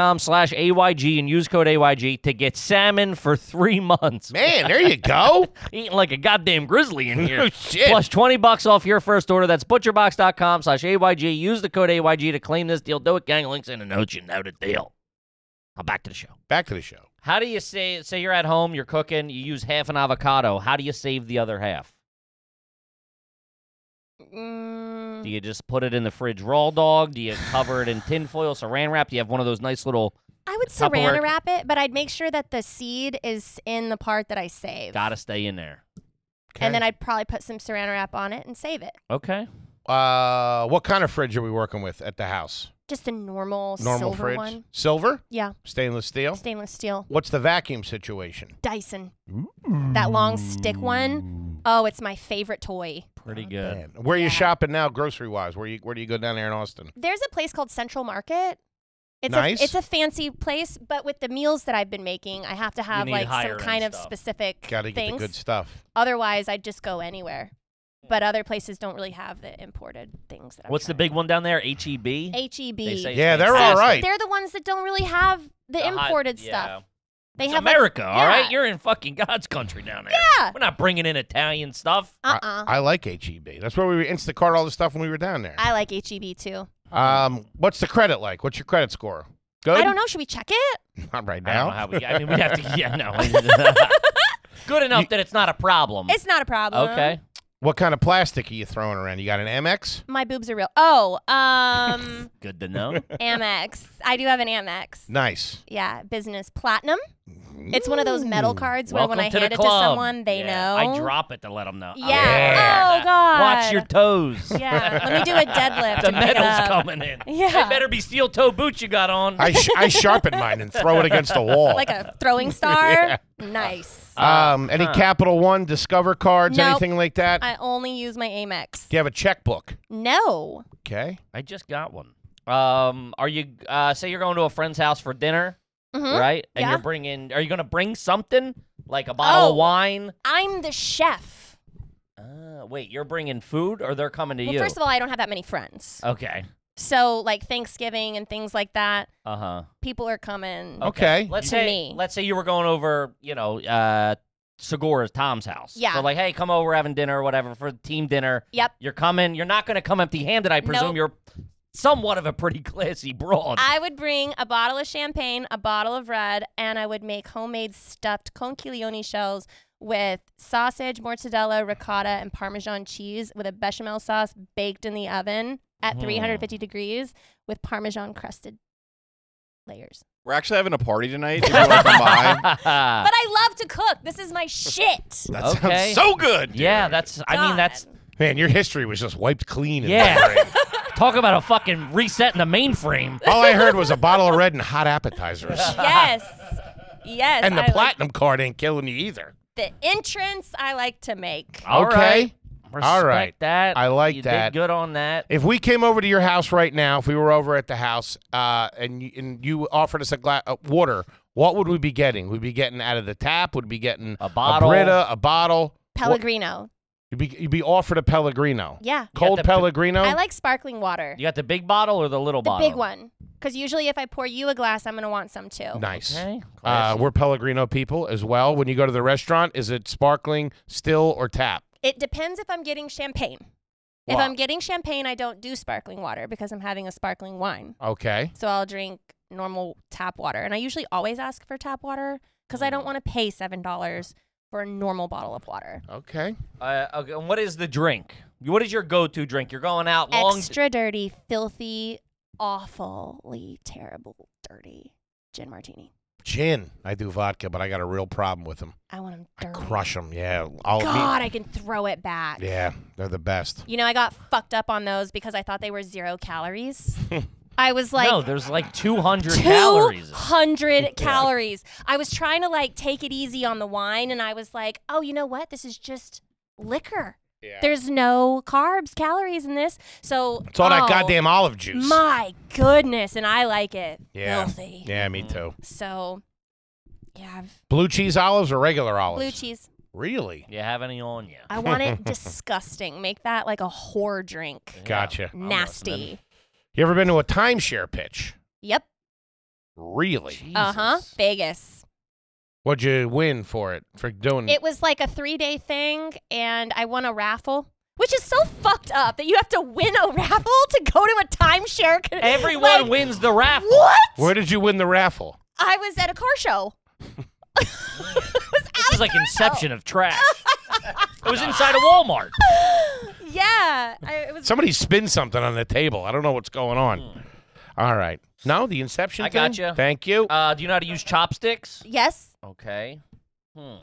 Speaker 2: butcherbox.com/ayg and use code AYG to get salmon for three months.
Speaker 1: Man, there you go. Oh,
Speaker 2: Eating like a goddamn grizzly in here.
Speaker 1: shit.
Speaker 2: Plus 20 bucks off your first order. That's butcherbox.com slash AYG. Use the code AYG to claim this deal. Do it, gang. Links in the notes. You know the deal. Now back to the show.
Speaker 1: Back to the show.
Speaker 2: How do you say say you're at home, you're cooking, you use half an avocado. How do you save the other half?
Speaker 4: Mm,
Speaker 2: Do you just put it in the fridge raw dog? Do you cover it in tinfoil, saran wrap? Do you have one of those nice little
Speaker 4: I would
Speaker 2: Tupperware-
Speaker 4: saran wrap it, but I'd make sure that the seed is in the part that I save.
Speaker 2: gotta stay in there?
Speaker 4: And then I'd probably put some saran wrap on it and save it.
Speaker 2: Okay.
Speaker 1: uh, what kind of fridge are we working with at the house?
Speaker 4: Just a normal,
Speaker 1: Normal
Speaker 4: silver
Speaker 1: fridge,
Speaker 4: one.
Speaker 1: silver,
Speaker 4: Yeah,
Speaker 1: stainless
Speaker 2: Oh.
Speaker 1: steel.
Speaker 4: stainless steel.
Speaker 1: What's the vacuum situation?
Speaker 4: Dyson. That long stick one. Oh, it's my favorite toy.
Speaker 2: Pretty good.
Speaker 1: Man, where are you shopping now, grocery wise? Where you where do you go down there in Austin?
Speaker 4: There's a place called Central Market. It's
Speaker 1: Nice.
Speaker 4: a it's a fancy place, but with the meals that I've been making, I have to have
Speaker 2: need
Speaker 4: like some
Speaker 2: higher-end
Speaker 4: kind of
Speaker 2: stuff.
Speaker 4: specific
Speaker 1: Got to get
Speaker 4: things.
Speaker 1: the good stuff.
Speaker 4: Otherwise, I'd just go anywhere. but other places don't really have the imported things. That I'm
Speaker 2: What's the
Speaker 4: trying
Speaker 2: big one down there? H E B.
Speaker 4: to- H-E-B.
Speaker 2: They say
Speaker 1: Yeah,
Speaker 2: it's
Speaker 1: they're all
Speaker 2: fantastic.
Speaker 1: right.
Speaker 4: They're the ones that don't really have the,
Speaker 2: The hot-
Speaker 4: imported
Speaker 2: yeah.
Speaker 4: stuff. They
Speaker 2: It's
Speaker 4: have like-
Speaker 2: America, all right?
Speaker 4: yeah.
Speaker 2: You're in fucking God's country down there.
Speaker 4: Yeah.
Speaker 2: We're not bringing in Italian stuff.
Speaker 4: uh-uh.
Speaker 1: I like HEB. That's where we were Instacart all the stuff when we were down there.
Speaker 4: I like H-E-B too.
Speaker 1: Um, what's the credit like? What's your credit score? Good.
Speaker 4: I don't know. Should we check it?
Speaker 1: Not right
Speaker 2: I don't know
Speaker 1: now.
Speaker 2: how we. I mean, we'd have to. Yeah, no. Good enough that it's not a problem.
Speaker 1: Mm.
Speaker 4: It's not a problem.
Speaker 2: okay.
Speaker 1: What kind of plastic are you throwing around? You got an MX?
Speaker 4: My boobs are real. Oh, um,
Speaker 2: Good to know.
Speaker 4: Amex. I do have an Amex.
Speaker 1: Nice.
Speaker 4: Yeah, business platinum. It's one of those metal cards where
Speaker 2: Welcome
Speaker 4: when I
Speaker 2: to
Speaker 4: hand
Speaker 2: the
Speaker 4: it to
Speaker 2: club.
Speaker 4: someone, they
Speaker 2: Yeah,
Speaker 4: know.
Speaker 2: I drop it to let them know.
Speaker 4: Yeah.
Speaker 1: Yeah.
Speaker 4: Oh God.
Speaker 2: Watch your toes.
Speaker 4: yeah. Let me do a deadlift.
Speaker 2: The
Speaker 4: and pick it
Speaker 2: metal's
Speaker 4: up.
Speaker 2: coming in.
Speaker 4: Yeah.
Speaker 2: They better be steel toe boots you got on.
Speaker 1: I sh- I sharpen mine and throw it against the wall.
Speaker 4: Like a throwing star. Nice.
Speaker 1: um, any Capital One Discover cards,
Speaker 4: Nope.
Speaker 1: anything like that?
Speaker 4: I only use my Amex.
Speaker 1: Do you have a checkbook?
Speaker 4: No.
Speaker 1: Okay.
Speaker 2: I just got one. Um, are you uh, say you're going to a friend's house for dinner,
Speaker 4: Mm-hmm.
Speaker 2: right? And
Speaker 4: Hmm? Yeah.
Speaker 2: you're bringing. Are you gonna bring something like a bottle
Speaker 4: Oh.
Speaker 2: of wine?
Speaker 4: I'm the chef.
Speaker 2: Uh, wait, you're bringing food, or they're coming to
Speaker 4: Well,
Speaker 2: you? Oh.
Speaker 4: first of all, I don't have that many friends.
Speaker 2: okay.
Speaker 4: So like Thanksgiving and things like that,
Speaker 2: Uh huh.
Speaker 4: people are coming.
Speaker 2: Oh.
Speaker 1: Okay.
Speaker 2: Let's
Speaker 4: To
Speaker 2: say
Speaker 4: me.
Speaker 2: let's say you were going over, you know, uh, Segura's Tom's house.
Speaker 4: Yeah.
Speaker 2: So like, hey, come over, having dinner or whatever for the team dinner.
Speaker 4: Yep.
Speaker 2: You're coming. You're not gonna come empty-handed. I presume
Speaker 4: Nope.
Speaker 2: you're somewhat of a pretty classy broad.
Speaker 4: I would bring a bottle of champagne, a bottle of red, and I would make homemade stuffed conchiglione shells with sausage, mortadella, ricotta, and parmesan cheese with a bechamel sauce baked in the oven
Speaker 2: Hmm.
Speaker 4: at 350 degrees with parmesan crusted layers.
Speaker 5: We're actually having a party tonight. If you wanna come by.
Speaker 2: Ah.
Speaker 4: But I love to cook. This is my shit.
Speaker 5: That
Speaker 2: Okay.
Speaker 5: sounds so good.
Speaker 2: yeah, that's. I mean, that's.
Speaker 4: God.
Speaker 1: Man, your history was just wiped clean. in
Speaker 2: Yeah.
Speaker 1: that break.
Speaker 2: Talk about a fucking reset in the mainframe.
Speaker 1: All I heard was a bottle of red and hot appetizers.
Speaker 4: Yes. Yes.
Speaker 1: And the
Speaker 4: I like
Speaker 1: platinum card ain't killing you either.
Speaker 4: the entrance I like to make.
Speaker 2: All
Speaker 1: Okay.
Speaker 2: right.
Speaker 1: All right.
Speaker 2: Respect that.
Speaker 1: I like
Speaker 2: you
Speaker 1: that.
Speaker 2: Did good on that.
Speaker 1: If we came over to your house right now, if we were over at the house, uh, and you, and you offered us a glass uh, water, what would we be getting? We'd be getting out of the tap. Would be getting
Speaker 2: A bottle.
Speaker 1: a Brita, a bottle.
Speaker 4: Pellegrino.
Speaker 1: You'd be, you'd be offered a Pellegrino.
Speaker 4: Yeah.
Speaker 1: Cold
Speaker 2: the-
Speaker 1: Pellegrino.
Speaker 4: I like sparkling water.
Speaker 2: You got the big bottle or the little
Speaker 4: The
Speaker 2: bottle?
Speaker 4: big one. Because usually if I pour you a glass, I'm going to want some too.
Speaker 1: nice.
Speaker 2: Okay.
Speaker 1: Uh, we're Pellegrino people as well. When you go to the restaurant, is it sparkling, still, or tap?
Speaker 4: It depends if I'm getting champagne. If I'm getting champagne, I don't do sparkling water because I'm having a sparkling wine.
Speaker 1: Okay.
Speaker 4: So I'll drink normal tap water. And I usually always ask for tap water because I
Speaker 1: Mm.
Speaker 4: don't want to pay $7 for a normal bottle of water.
Speaker 1: Okay.
Speaker 2: Uh, okay. And what is the drink? What is your go-to drink? You're going out long.
Speaker 4: Extra dirty, filthy, awfully terrible, dirty gin martini.
Speaker 1: Gin. I do vodka, but I got a real problem with them.
Speaker 4: I want them
Speaker 1: I
Speaker 4: dirty.
Speaker 1: crush them. Yeah. I'll me-
Speaker 4: God, I can throw it back.
Speaker 1: yeah. They're the best.
Speaker 4: You know, I got fucked up on those because I thought they were zero calories. I was like,
Speaker 2: no, there's like 200 calories.
Speaker 4: 200 calories. I was trying to like take it easy on the wine and I was like, oh, you know what? This is just liquor. There's no carbs, calories in this. So
Speaker 1: It's all that
Speaker 4: oh,
Speaker 1: goddamn olive juice.
Speaker 4: My goodness. And I like it.
Speaker 1: Yeah.
Speaker 4: Filthy.
Speaker 1: Yeah, me too.
Speaker 4: So, yeah, I've,
Speaker 1: Blue cheese olives or regular olives?
Speaker 4: blue cheese.
Speaker 1: Really?
Speaker 2: You have any on you?
Speaker 4: I want it disgusting. Make that like a whore drink.
Speaker 1: Gotcha.
Speaker 4: Nasty.
Speaker 1: You ever been to a timeshare pitch?
Speaker 4: Yep.
Speaker 1: Really?
Speaker 4: Uh huh. Vegas.
Speaker 1: What'd you win for it? For doing
Speaker 4: It was like a three day thing, and I won a raffle, which is so fucked up that you have to win a raffle to go to a timeshare. con-
Speaker 2: Everyone
Speaker 4: like,
Speaker 2: wins the raffle.
Speaker 4: What?
Speaker 1: Where did you win the raffle?
Speaker 4: I was at a car show.
Speaker 2: This is like Inception of trash. it was inside a Walmart.
Speaker 4: Yeah, I, it was.
Speaker 1: Somebody spin something on the table. I don't know what's going on. All right. No, the Inception
Speaker 2: Hmm. I
Speaker 1: thing?
Speaker 2: gotcha.
Speaker 1: Thank you.
Speaker 2: Uh, do you know how to use chopsticks?
Speaker 4: yes.
Speaker 2: Okay. Hmm.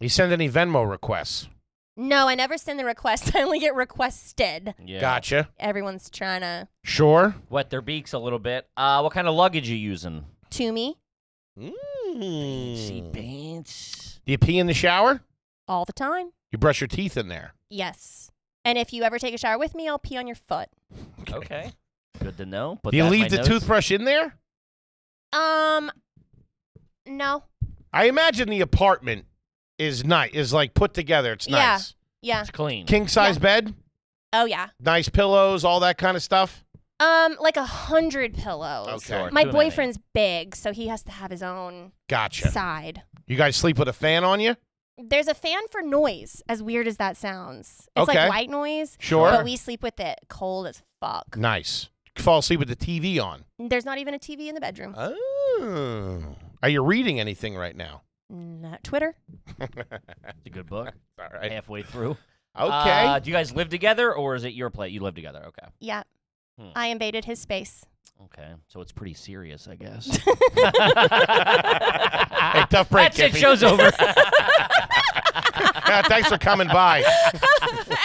Speaker 1: you send any Venmo requests?
Speaker 4: No, I never send the request. I only get requested.
Speaker 2: Yeah.
Speaker 1: Gotcha.
Speaker 4: Everyone's trying to
Speaker 1: Sure.
Speaker 2: Wet their beaks a little bit. Uh, what kind of luggage you using? Hmm.
Speaker 4: to me
Speaker 1: Mm. Do
Speaker 2: pants.
Speaker 1: you pee in the shower?
Speaker 4: all the time.
Speaker 1: You brush your teeth in there.
Speaker 4: Yes. And if you ever take a shower with me, I'll pee on your foot.
Speaker 2: Okay. Good to know. Put
Speaker 1: Do you
Speaker 2: that in
Speaker 1: leave
Speaker 2: my
Speaker 1: the
Speaker 2: notes.
Speaker 1: toothbrush in there?
Speaker 4: Um, no.
Speaker 1: I imagine the apartment is nice, is like put together. It's
Speaker 4: Yeah.
Speaker 1: nice.
Speaker 4: Yeah.
Speaker 2: It's clean.
Speaker 1: King size bed,
Speaker 4: Oh yeah.
Speaker 1: nice pillows, all that kind of stuff.
Speaker 4: Um, like a hundred pillows.
Speaker 1: Okay.
Speaker 2: Or
Speaker 4: My
Speaker 2: too many.
Speaker 4: boyfriend's big, so he has to have his own
Speaker 1: Gotcha.
Speaker 4: side.
Speaker 1: You guys sleep with a fan on you?
Speaker 4: There's a fan for noise, as weird as that sounds. It's
Speaker 1: Okay.
Speaker 4: like white noise,
Speaker 1: Sure.
Speaker 4: but we sleep with it cold as fuck.
Speaker 1: nice. Fall asleep with the TV on.
Speaker 4: There's not even a TV in the bedroom.
Speaker 1: Oh. Are you reading anything right now?
Speaker 4: Not Twitter.
Speaker 2: It's a good book.
Speaker 1: All right.
Speaker 2: Halfway through.
Speaker 1: Okay.
Speaker 2: Uh, do you guys live together or is it your place? You live together. Okay.
Speaker 4: Yeah.
Speaker 2: Hmm.
Speaker 4: I invaded his space.
Speaker 2: Okay. So it's pretty serious, I guess.
Speaker 1: hey, tough break,
Speaker 2: That's it.
Speaker 1: Kippy.
Speaker 2: Show's over.
Speaker 1: Yeah, thanks for coming by.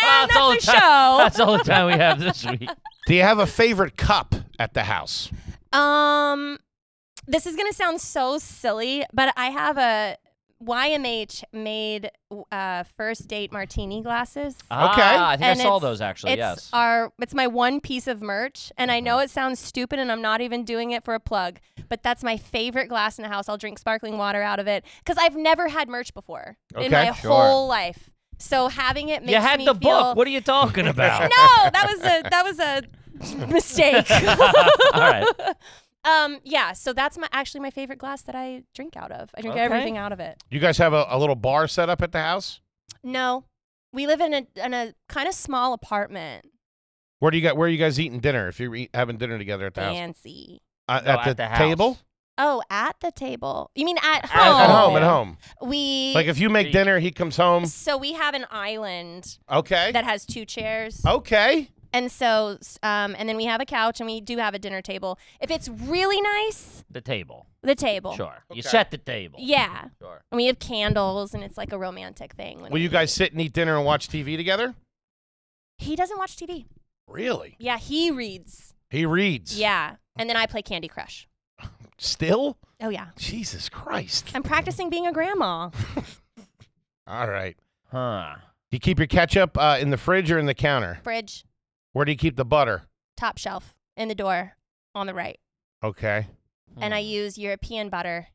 Speaker 4: and
Speaker 2: all the
Speaker 4: that's a
Speaker 2: time-
Speaker 4: show.
Speaker 2: That's all the time we have this week.
Speaker 1: Do you have a favorite cup at the house?
Speaker 4: Um, this is gonna sound so silly, but I have a YMH made uh, first date martini glasses.
Speaker 2: Ah, I think
Speaker 4: And
Speaker 2: I saw
Speaker 4: it's-
Speaker 2: those actually.
Speaker 4: it's
Speaker 2: Yes. Uh-huh.
Speaker 4: our it's my one piece of merch, and I know it sounds stupid, and I'm not even doing it for a plug, but that's my favorite glass in the house. I'll drink sparkling water out of it because I've never had merch before
Speaker 1: Okay,
Speaker 4: in my
Speaker 1: sure.
Speaker 4: whole life. So having it makes
Speaker 2: you had
Speaker 4: me
Speaker 2: the
Speaker 4: feel
Speaker 2: book. What are you talking about?
Speaker 4: no, that was a that was a mistake.
Speaker 2: All right.
Speaker 4: Um, yeah, so that's my actually my favorite glass that I drink out of. I drink
Speaker 2: Okay.
Speaker 4: everything out of it.
Speaker 1: You guys have a, a little bar set up at the house?
Speaker 4: No. We live in a in a kind of small apartment.
Speaker 1: Where do you got? Where are you guys eating dinner? If you're eat, having dinner together at the house,
Speaker 4: Fancy.
Speaker 1: Uh,
Speaker 2: No,
Speaker 1: at the,
Speaker 2: house.
Speaker 1: table,
Speaker 4: Oh, at the table. You mean
Speaker 2: At
Speaker 4: at home?
Speaker 1: at home, at
Speaker 2: yeah.
Speaker 1: home.
Speaker 4: We
Speaker 1: Like if you make dinner, he comes home.
Speaker 4: so we have an island
Speaker 1: Okay. Oh.
Speaker 4: that has two chairs,
Speaker 1: Okay.
Speaker 4: and so s- um, and then we have a couch, and we do have a dinner table. If it's really nice,
Speaker 2: The table.
Speaker 4: the table.
Speaker 2: Sure. You
Speaker 1: Okay.
Speaker 2: set the table.
Speaker 4: Yeah,
Speaker 2: Sure.
Speaker 4: and we have candles, and it's like a romantic thing. when
Speaker 1: Will
Speaker 4: we
Speaker 1: you guys sit and eat dinner and watch TV together?
Speaker 4: eat. He doesn't watch TV.
Speaker 1: Really?
Speaker 4: Yeah, he reads.
Speaker 1: He reads.
Speaker 4: Yeah, and then I play Candy Crush.
Speaker 1: Still?
Speaker 4: Oh yeah,
Speaker 1: Jesus Christ.
Speaker 4: I'm practicing being a grandma.
Speaker 1: All right.
Speaker 2: Huh.
Speaker 1: You keep your ketchup uh, in the fridge or in the counter?
Speaker 4: Fridge,
Speaker 1: Where do you keep the butter?
Speaker 4: top shelf, in the door, on the right,
Speaker 1: Okay.
Speaker 4: and I
Speaker 2: Hmm.
Speaker 4: use European butter.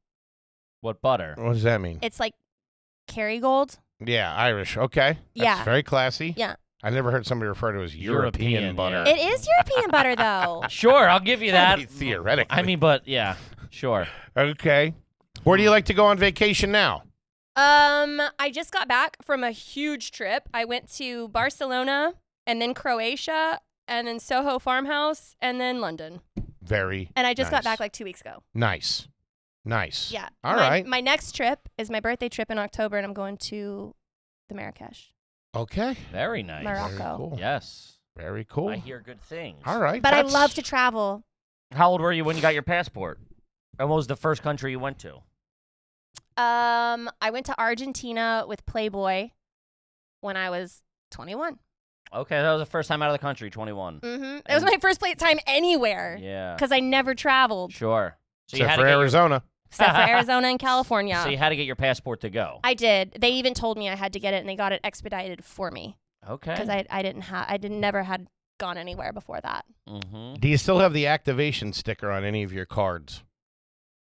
Speaker 2: What butter?
Speaker 1: What does that mean?
Speaker 4: It's like Kerrygold.
Speaker 1: yeah, Irish. Okay. That's
Speaker 4: Yeah.
Speaker 1: Very classy.
Speaker 4: Yeah.
Speaker 1: I never heard somebody refer to it as European,
Speaker 2: European,
Speaker 1: butter.
Speaker 2: yeah.
Speaker 4: It is European butter though.
Speaker 2: Sure, I'll give you that.
Speaker 1: Only theoretically.
Speaker 2: I mean, but yeah, sure.
Speaker 1: okay. Where do you like to go on vacation now?
Speaker 4: Um, I just got back from a huge trip. I went to Barcelona and then Croatia and then Soho Farmhouse and then London.
Speaker 1: Very.
Speaker 4: And I just got
Speaker 1: nice.
Speaker 4: back like two weeks ago.
Speaker 1: Nice. Nice.
Speaker 4: Yeah.
Speaker 1: All
Speaker 4: my,
Speaker 1: right.
Speaker 4: My next trip is my birthday trip in October, and I'm going to the Marrakesh,
Speaker 1: Okay.
Speaker 2: Very nice.
Speaker 4: Morocco.
Speaker 1: Very cool.
Speaker 2: Yes.
Speaker 1: Very cool.
Speaker 2: I hear good things.
Speaker 1: All right.
Speaker 4: But I
Speaker 1: that's-
Speaker 4: love to travel.
Speaker 2: How old were you when you got your passport? And what was the first country you went to?
Speaker 4: Um, I went to Argentina with Playboy when I was 21.
Speaker 2: Okay, that was the first time out of the country, 21.
Speaker 4: Mm-hmm. It was my first play time anywhere
Speaker 2: Yeah.
Speaker 4: because I never traveled
Speaker 2: Sure. So you,
Speaker 1: Except
Speaker 2: had Mm-hmm. to
Speaker 1: for
Speaker 2: get your,
Speaker 1: Arizona.
Speaker 4: except for Arizona and California.
Speaker 2: so you had to get your passport to go.
Speaker 4: I did. They even told me I had to get it, and they got it expedited for me
Speaker 2: okay.
Speaker 4: because I, I didn't have I didn't never had gone anywhere before that.
Speaker 2: mm-hmm.
Speaker 1: Do you still have the activation sticker on any of your cards?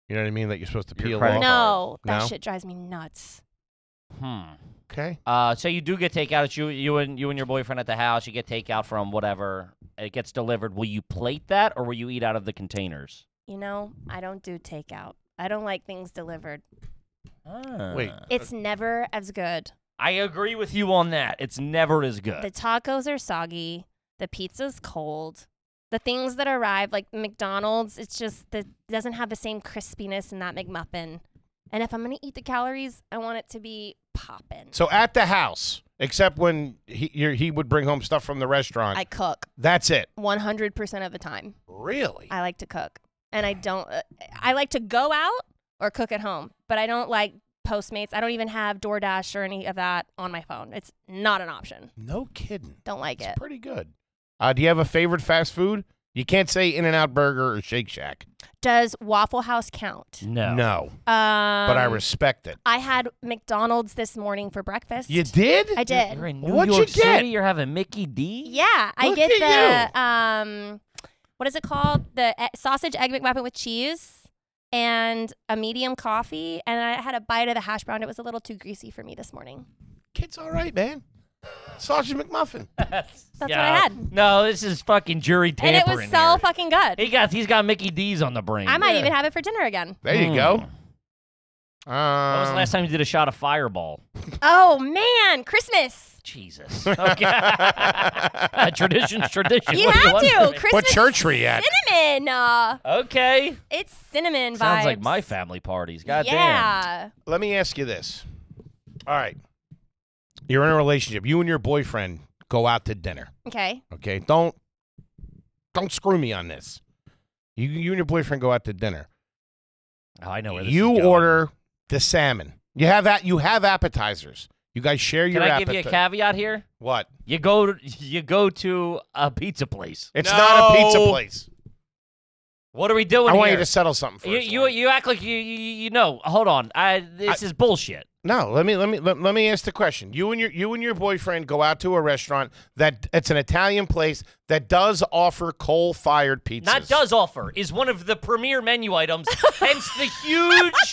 Speaker 1: You know what I mean? That you're supposed to
Speaker 2: Your
Speaker 1: peel
Speaker 2: credit
Speaker 1: off.
Speaker 2: card.
Speaker 4: No, that
Speaker 1: No?
Speaker 4: shit drives me nuts.
Speaker 2: Hmm.
Speaker 1: Okay.
Speaker 2: Uh, so you do get takeout. It's you, you and you and your boyfriend at the house. You get takeout from whatever it gets delivered. Will you plate that, or will you eat out of the containers?
Speaker 4: You know, I don't do takeout. I don't like things delivered.
Speaker 2: Uh,
Speaker 1: Wait.
Speaker 2: Ah.
Speaker 4: It's never as good.
Speaker 2: I agree with you on that. It's never as good.
Speaker 4: The tacos are soggy. The pizza's cold. The things that arrive, like McDonald's, it's just that doesn't have the same crispiness in that McMuffin. And if I'm gonna eat the calories, I want it to be poppin'.
Speaker 1: So at the house, except when he you're, he would bring home stuff from the restaurant.
Speaker 4: I cook
Speaker 1: That's it.
Speaker 4: 100% of the time.
Speaker 1: Really?
Speaker 4: I like to cook, and I don't. Uh, I like to go out or cook at home, but I don't like Postmates. I don't even have DoorDash or any of that on my phone. It's not an option.
Speaker 1: no kidding.
Speaker 4: Don't like
Speaker 1: It's
Speaker 4: it.
Speaker 1: pretty good. Uh, do you have a favorite fast food? You can't say In and Out Burger or Shake Shack.
Speaker 4: Does Waffle House count? Um,
Speaker 2: no.
Speaker 1: Mm. but I respect it.
Speaker 4: I had McDonald's this morning for breakfast.
Speaker 1: You did?
Speaker 4: I did.
Speaker 2: You're in New
Speaker 1: What'd you
Speaker 2: York
Speaker 1: get?
Speaker 2: City. You're having Mickey D.
Speaker 4: yeah, I
Speaker 1: Look
Speaker 4: get
Speaker 1: at
Speaker 4: the um, what is it called? The e- sausage egg McMuffin with cheese. And a medium coffee, and I had a bite of the hash brown. It was a little too greasy for me this morning.
Speaker 1: Kid's all right, man. Sausage McMuffin.
Speaker 4: That's
Speaker 2: yeah.
Speaker 4: what I had.
Speaker 2: No, this is fucking jury
Speaker 4: And
Speaker 2: tampering.
Speaker 4: it was so
Speaker 2: here.
Speaker 4: fucking good.
Speaker 2: He got he's got Mickey D's on the brain.
Speaker 4: I might even have it for dinner again.
Speaker 1: There you go. Um,
Speaker 2: When Hmm. was the last time you did a shot of Fireball?
Speaker 4: Oh man, Christmas.
Speaker 2: Jesus.
Speaker 1: Um,
Speaker 2: Okay. tradition's tradition.
Speaker 4: You
Speaker 2: What do
Speaker 4: have
Speaker 2: want
Speaker 4: to.
Speaker 2: from me?
Speaker 4: Christmas.
Speaker 1: what church
Speaker 4: is
Speaker 1: were you at?
Speaker 4: Cinnamon. Uh,
Speaker 2: Okay.
Speaker 4: it's cinnamon vibes.
Speaker 2: Sounds like my family parties. God
Speaker 4: yeah.
Speaker 1: Let me ask you this. All right. You're in a relationship. You and your boyfriend go out to dinner.
Speaker 4: Okay.
Speaker 1: Okay. Don't don't screw me on this. You you and your boyfriend go out to dinner.
Speaker 2: damn. Oh, I know where this is
Speaker 1: You
Speaker 2: going.
Speaker 1: order the salmon. You have that you have appetizers. You guys share
Speaker 2: Can
Speaker 1: your
Speaker 2: I
Speaker 1: appetite.
Speaker 2: give you a caveat here?
Speaker 1: what?
Speaker 2: You go to, you go to a pizza place.
Speaker 1: It's not a pizza
Speaker 5: No.
Speaker 1: place.
Speaker 2: What are we doing
Speaker 1: I want
Speaker 2: here?
Speaker 1: you to settle something first.
Speaker 2: you, you you act like you you, you know. Hold on. I this is bullshit.
Speaker 1: No, let me let me let, let me ask the question. You and your you and your boyfriend go out to a restaurant that it's an Italian place that does offer coal-fired pizzas.
Speaker 2: Not does offer is one of the premier menu items. hence the huge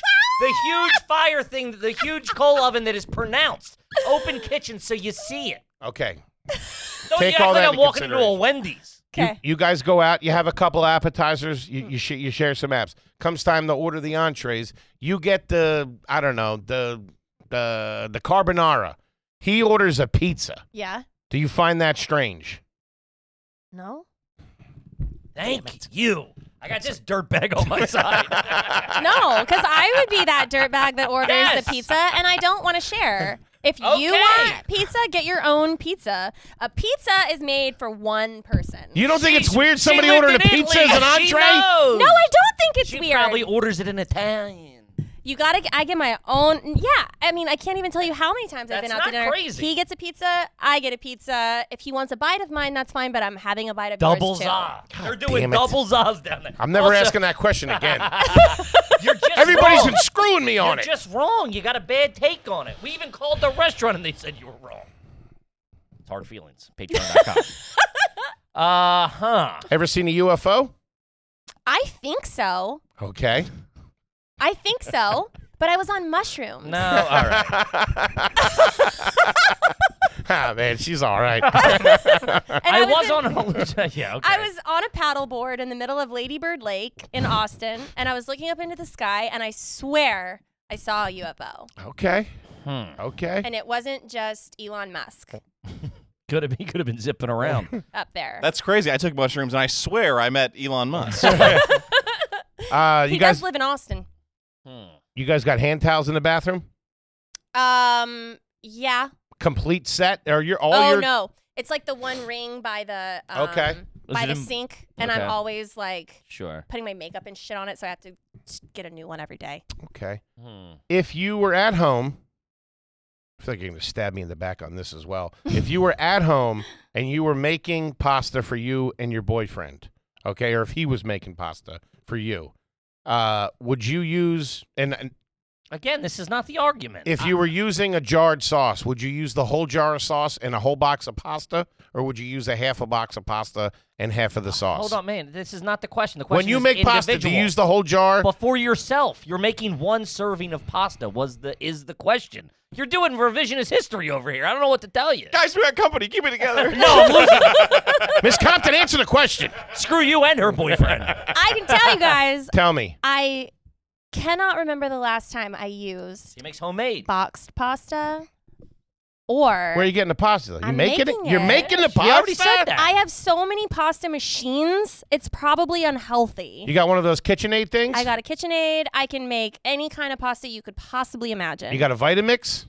Speaker 2: the huge fire thing, the huge coal oven that is pronounced open kitchen, so you see it.
Speaker 1: Okay.
Speaker 2: Don't
Speaker 1: Take
Speaker 2: you act
Speaker 1: all
Speaker 2: like
Speaker 1: that
Speaker 2: I'm
Speaker 1: into
Speaker 2: walking into a
Speaker 1: consideration.
Speaker 2: Wendy's.
Speaker 1: You-
Speaker 4: Okay.
Speaker 1: You, guys go out. You have a couple appetizers. You you, sh- you share some apps. Comes time to order the entrees. You get the I don't know the the the carbonara. He orders a pizza.
Speaker 4: Yeah.
Speaker 1: Do you find that strange?
Speaker 4: No.
Speaker 2: Thank you. I got this dirtbag on my side.
Speaker 4: No, because I would be that dirtbag that orders
Speaker 2: Yes.
Speaker 4: the pizza, and I don't want to share. If
Speaker 2: Okay.
Speaker 4: you want pizza, get your own pizza. A pizza is made for one person.
Speaker 1: You don't think it's
Speaker 2: She's-
Speaker 1: weird
Speaker 2: she
Speaker 1: somebody
Speaker 2: lived
Speaker 1: ordering a
Speaker 2: in
Speaker 1: pizza
Speaker 2: Italy.
Speaker 1: as an
Speaker 2: She
Speaker 1: entree?
Speaker 2: knows.
Speaker 4: no, I don't think it's
Speaker 2: She
Speaker 4: weird.
Speaker 2: probably orders it in Italian.
Speaker 4: You gotta. g- I get my own. Yeah, I mean, I can't even tell you how many times I've
Speaker 2: That's
Speaker 4: been out to
Speaker 2: not
Speaker 4: dinner.
Speaker 2: crazy.
Speaker 4: He gets a pizza. I get a pizza. If he wants a bite of mine, that's fine. But I'm having a bite of
Speaker 2: Double
Speaker 4: yours too.
Speaker 2: za. They're doing
Speaker 1: damn it.
Speaker 2: double zas down there.
Speaker 1: I'm never
Speaker 2: Also,
Speaker 1: asking that question again.
Speaker 2: You're just
Speaker 1: Everybody's
Speaker 2: wrong.
Speaker 1: been screwing me on
Speaker 2: You're
Speaker 1: it.
Speaker 2: just wrong. You got a bad take on it. We even called the restaurant and they said you were wrong. It's hard feelings. Patreon.com. uh huh.
Speaker 1: Ever seen a UFO?
Speaker 4: I think so.
Speaker 1: Okay.
Speaker 4: I think so. but I was on mushrooms.
Speaker 2: No, all right.
Speaker 1: Ah man, she's all right.
Speaker 4: And
Speaker 2: I, was
Speaker 4: in-
Speaker 2: on a hallucination. Yeah, okay.
Speaker 4: I was on a paddleboard in the middle of Lady Bird Lake in Austin, and I was looking up into the sky, and I swear I saw a UFO.
Speaker 1: okay.
Speaker 2: Hmm.
Speaker 1: Okay.
Speaker 4: And it wasn't just Elon Musk
Speaker 2: could have he could have been zipping around.
Speaker 4: up there.
Speaker 5: That's crazy. I took mushrooms and I swear I met Elon Musk.
Speaker 1: Uh,
Speaker 4: he
Speaker 1: you guys,
Speaker 4: does live in Austin.
Speaker 2: Hmm.
Speaker 1: you guys got hand towels in the bathroom?
Speaker 4: Um, yeah.
Speaker 1: Complete set? Or you're all
Speaker 4: oh
Speaker 1: your
Speaker 4: no, it's like the one ring by the um,
Speaker 1: Okay.
Speaker 2: Was
Speaker 4: by
Speaker 2: it
Speaker 4: the
Speaker 2: in-
Speaker 4: sink, and
Speaker 2: Okay.
Speaker 4: I'm always like
Speaker 2: Sure.
Speaker 4: putting my makeup and shit on it, so I have to get a new one every day.
Speaker 1: Okay.
Speaker 2: Hmm.
Speaker 1: If you were at home, I feel like you're going to stab me in the back on this as well. If you were at home and you were making pasta for you and your boyfriend, okay, or if he was making pasta for you, uh, would you use and and
Speaker 2: Again, this is not the argument.
Speaker 1: if
Speaker 2: I-
Speaker 1: you were using a jarred sauce, would you use the whole jar of sauce and a whole box of pasta, or would you use a half a box of pasta and half of the sauce?
Speaker 2: hold on, man, this is not the question. The question
Speaker 1: When you
Speaker 2: is
Speaker 1: make pasta, do you
Speaker 2: individual.
Speaker 1: use the whole jar?
Speaker 2: but for yourself. You're making one serving of pasta. Was the is the question? You're doing revisionist history over here. I don't know what to tell you.
Speaker 5: Guys, we got company. Keep it together.
Speaker 2: No, I'm losing.
Speaker 1: Miss Compton, answer the question.
Speaker 2: Screw you and her boyfriend.
Speaker 4: I can tell you guys,
Speaker 1: Tell me.
Speaker 4: I cannot remember the last time I used
Speaker 2: She makes homemade.
Speaker 4: boxed pasta or
Speaker 1: Where are you getting the pasta? You
Speaker 4: I'm
Speaker 1: making, it?
Speaker 4: making
Speaker 1: You're
Speaker 4: it.
Speaker 1: making the
Speaker 2: She
Speaker 1: pasta?
Speaker 2: already said that.
Speaker 4: I have so many pasta machines, it's probably unhealthy.
Speaker 1: You got one of those KitchenAid things?
Speaker 4: I got a KitchenAid. I can make any kind of pasta you could possibly imagine.
Speaker 1: You got a Vitamix?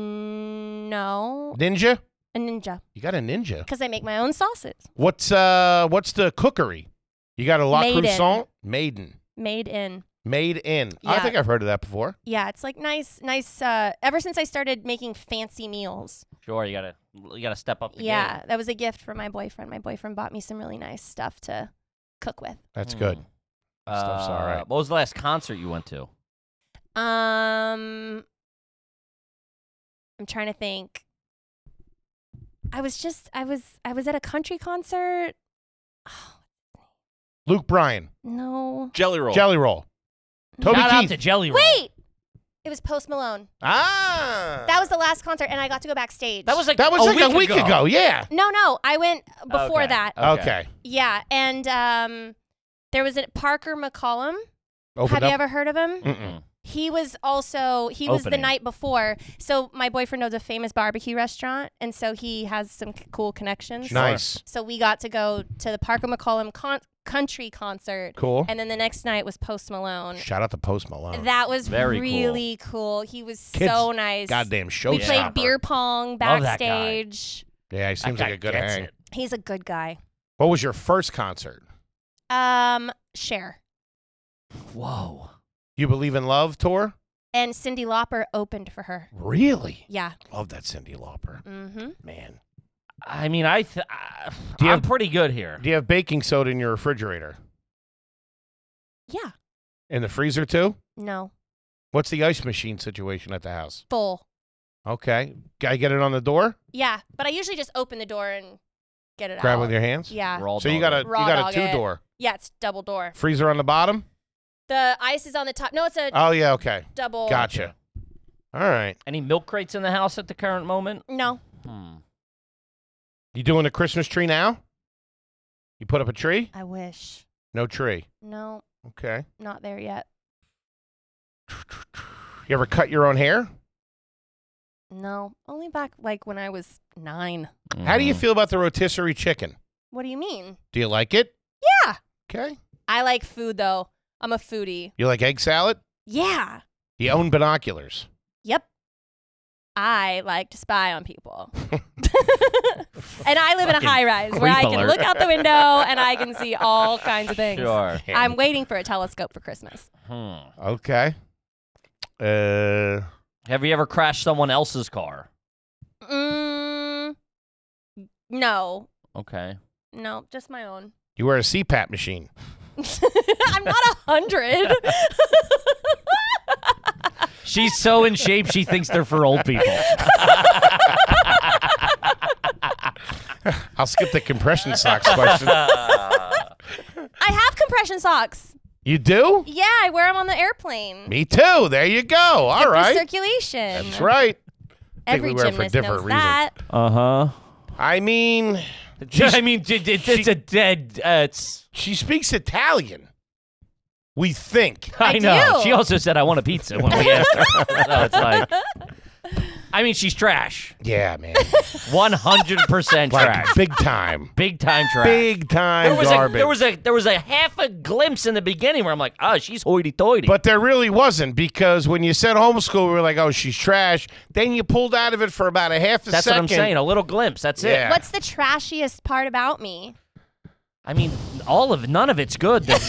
Speaker 4: Mm, no,
Speaker 1: Ninja?
Speaker 4: a ninja
Speaker 1: You got a Ninja.
Speaker 4: because I make my own sauces
Speaker 1: What's uh what's the cookery? You got a La
Speaker 4: Maiden.
Speaker 1: Croissant? Maiden.
Speaker 4: made in.
Speaker 1: Made in. I
Speaker 4: Yeah.
Speaker 1: think I've heard of that before.
Speaker 4: Yeah, it's like nice, nice. Uh, ever since I started making fancy meals,
Speaker 2: Sure, you gotta you gotta step up. The
Speaker 4: yeah, that was a gift from my boyfriend. My boyfriend bought me some really nice stuff to cook with.
Speaker 1: That's
Speaker 2: Hmm.
Speaker 1: good.
Speaker 2: Uh,
Speaker 1: Stuff's all right.
Speaker 2: What was the last concert you went to?
Speaker 4: Um, I'm trying to think. I was just, I was, I was at a country concert.
Speaker 1: Luke Bryan.
Speaker 4: No.
Speaker 5: Jelly roll.
Speaker 1: Jelly roll. Toby
Speaker 2: Shout out
Speaker 1: Keith.
Speaker 2: to Jelly Roll.
Speaker 4: Wait, It was Post Malone.
Speaker 1: Ah.
Speaker 4: That was the last concert, and I got to go backstage.
Speaker 2: That was like
Speaker 1: That was
Speaker 2: a
Speaker 1: like
Speaker 2: week
Speaker 1: a week ago. Yeah.
Speaker 4: no, no. I went before
Speaker 2: Okay. Oh.
Speaker 4: that.
Speaker 1: Okay.
Speaker 4: Yeah, and um, there was a Parker McCollum.
Speaker 1: Open
Speaker 4: Have you ever heard of him?
Speaker 1: Mm-mm.
Speaker 4: He was also he was the
Speaker 2: Opening.
Speaker 4: night before. So my boyfriend owns a famous barbecue restaurant, and so he has some c- cool connections.
Speaker 1: Nice.
Speaker 4: So we got to go to the Parker McCollum con- country concert,
Speaker 1: Cool.
Speaker 4: and then the next night was Post Malone.
Speaker 1: Shout out to Post Malone.
Speaker 4: That was
Speaker 2: Very cool.
Speaker 4: really cool. He was
Speaker 1: Kids,
Speaker 4: so nice.
Speaker 1: Goddamn show.
Speaker 4: we played beer pong
Speaker 2: Love that guy.
Speaker 4: backstage.
Speaker 1: Yeah, he seems
Speaker 2: guy
Speaker 1: like a good
Speaker 2: gets
Speaker 1: hang.
Speaker 2: it.
Speaker 4: He's a good guy.
Speaker 1: What was your first concert?
Speaker 4: Um, Cher
Speaker 2: Whoa.
Speaker 1: You Believe in Love tour?
Speaker 4: and Cindy Lauper opened for her.
Speaker 1: Really?
Speaker 4: Yeah.
Speaker 1: Love that Cindy Lauper.
Speaker 4: Mm-hmm.
Speaker 1: Man.
Speaker 2: I mean, I th- I-
Speaker 1: Do you
Speaker 2: I'm
Speaker 1: have-
Speaker 2: pretty good here.
Speaker 1: Do you have baking soda in your refrigerator?
Speaker 4: Yeah.
Speaker 1: In the freezer too?
Speaker 4: No.
Speaker 1: What's the ice machine situation at the house?
Speaker 4: Full.
Speaker 1: Okay. Gotta get it on the door?
Speaker 4: Yeah, but I usually just open the door and get it
Speaker 1: Grab
Speaker 4: out.
Speaker 1: it with your hands?
Speaker 4: Yeah.
Speaker 2: Raw
Speaker 1: So you
Speaker 2: dog
Speaker 1: got a
Speaker 2: it.
Speaker 1: you
Speaker 4: Raw
Speaker 1: got a
Speaker 4: dog it.
Speaker 1: two door.
Speaker 4: Yeah, it's double door.
Speaker 1: Freezer on the bottom?
Speaker 4: The ice is on the top. No, it's a
Speaker 1: Oh yeah, okay.
Speaker 4: double.
Speaker 1: Gotcha. All right.
Speaker 2: Any milk crates in the house at the current moment?
Speaker 4: No.
Speaker 2: Hmm.
Speaker 1: You doing a Christmas tree now? You put up a tree?
Speaker 4: I wish.
Speaker 1: No tree.
Speaker 4: No,
Speaker 1: Okay.
Speaker 4: not there yet.
Speaker 1: You ever cut your own hair?
Speaker 4: No. Only back like when I was 9.
Speaker 1: How do
Speaker 2: Hmm.
Speaker 1: you feel about the rotisserie chicken?
Speaker 4: What do you mean?
Speaker 1: Do you like it?
Speaker 4: Yeah.
Speaker 1: Okay.
Speaker 4: I like food though. I'm a foodie.
Speaker 1: You like egg salad?
Speaker 4: Yeah.
Speaker 1: You own binoculars.
Speaker 4: Yep. I like to spy on people. and I live in
Speaker 2: Fucking
Speaker 4: a high rise where I
Speaker 2: creep
Speaker 4: can
Speaker 2: alert.
Speaker 4: look out the window and I can see all kinds of things.
Speaker 2: Sure.
Speaker 4: I'm waiting for a telescope for Christmas.
Speaker 2: Hmm.
Speaker 1: Okay. Uh,
Speaker 2: Have you ever crashed someone else's car?
Speaker 4: Mm, no,
Speaker 2: Okay.
Speaker 4: no, just my own.
Speaker 1: you wear a CPAP machine.
Speaker 4: I'm not a hundred.
Speaker 2: She's so in shape, she thinks they're for old people.
Speaker 1: I'll skip the compression socks question.
Speaker 4: I have compression socks.
Speaker 1: You do?
Speaker 4: Yeah, I wear them on the airplane.
Speaker 1: Me too. There you go. All
Speaker 4: Good
Speaker 1: right.
Speaker 4: For circulation.
Speaker 1: That's right. think
Speaker 4: Every
Speaker 1: we wear 'em for
Speaker 4: gymnast
Speaker 1: different
Speaker 4: knows
Speaker 1: reasons.
Speaker 4: that.
Speaker 2: Uh huh.
Speaker 1: I mean,
Speaker 2: I mean, d- d- it's a dead. Uh, it's.
Speaker 1: she speaks Italian. We think.
Speaker 2: I,
Speaker 4: I
Speaker 2: know.
Speaker 4: do.
Speaker 2: She also said, "I want a pizza" when we asked her. so it's like, I mean, she's trash.
Speaker 1: Yeah, man.
Speaker 2: One hundred percent trash.
Speaker 1: Like big time.
Speaker 2: Big time trash.
Speaker 1: Big time
Speaker 2: there was
Speaker 1: garbage.
Speaker 2: a there was a there was a half a glimpse in the beginning where I'm like, oh, she's hoity-toity.
Speaker 1: But there really wasn't because when you said homeschool, we were like, oh, she's trash. Then you pulled out of it for about a half a
Speaker 2: that's
Speaker 1: second.
Speaker 2: what I'm saying. A little glimpse. That's
Speaker 1: Yeah.
Speaker 2: it.
Speaker 4: What's the trashiest part about me?
Speaker 2: I mean, all of none of it's good. The,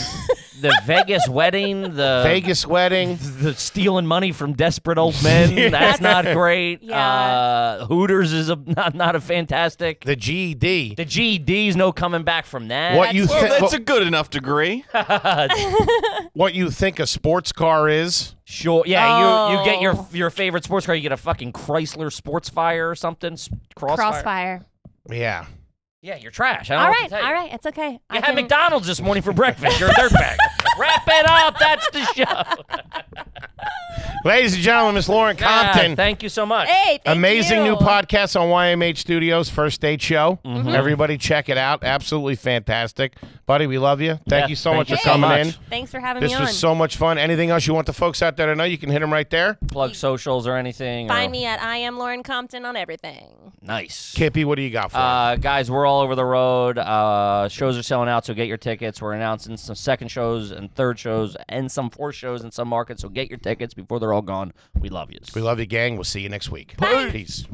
Speaker 2: the Vegas wedding. The
Speaker 1: Vegas wedding.
Speaker 2: the stealing money from desperate old men. That's not great.
Speaker 4: Yeah.
Speaker 2: Uh, Hooters is a, not not a fantastic.
Speaker 1: The E GED.
Speaker 2: The GED's no coming back from that.
Speaker 1: what you
Speaker 5: Well,
Speaker 1: thi-
Speaker 5: Oh, that's
Speaker 1: what,
Speaker 5: a good enough degree.
Speaker 1: what you think a sports car is?
Speaker 2: Sure. Yeah, you you get your
Speaker 4: Oh.
Speaker 2: your favorite sports car. You get a fucking Chrysler Sports Fire or something. s- Crossfire.
Speaker 4: Crossfire.
Speaker 1: Yeah.
Speaker 2: Yeah, you're trash. I don't
Speaker 4: All
Speaker 2: know what
Speaker 4: right,
Speaker 2: to tell you.
Speaker 4: all right, it's okay. I
Speaker 2: You had
Speaker 4: can-
Speaker 2: McDonald's this morning for breakfast. You're a dirtbag. Wrap it up. That's the show.
Speaker 1: Ladies and gentlemen, Miss Lauren
Speaker 2: God,
Speaker 1: Compton.
Speaker 2: thank you so much.
Speaker 4: Hey, thank
Speaker 1: Amazing new
Speaker 4: you.
Speaker 1: podcast on YMH Studios, first date show. Everybody check it out. Absolutely fantastic. Buddy, we love you. Thank
Speaker 2: Yeah,
Speaker 1: you so
Speaker 2: thank
Speaker 1: much
Speaker 2: you
Speaker 1: for
Speaker 2: so
Speaker 1: coming
Speaker 2: much.
Speaker 1: in.
Speaker 4: Thanks for having
Speaker 1: This
Speaker 4: me on.
Speaker 1: was so much fun. Anything else you want the folks out there to know? You can hit them right there.
Speaker 2: Plug socials or anything.
Speaker 4: Find
Speaker 2: or-
Speaker 4: me at I am Lauren Compton on everything.
Speaker 2: Nice.
Speaker 1: Kippy, what do you got for us?
Speaker 2: Uh, guys, we're all over the road. Uh, shows are selling out, so get your tickets. We're announcing some second shows and third shows and some fourth shows in some markets, so get your tickets before they're all gone. We love you.
Speaker 1: We love you, gang. We'll see you next week. Peace.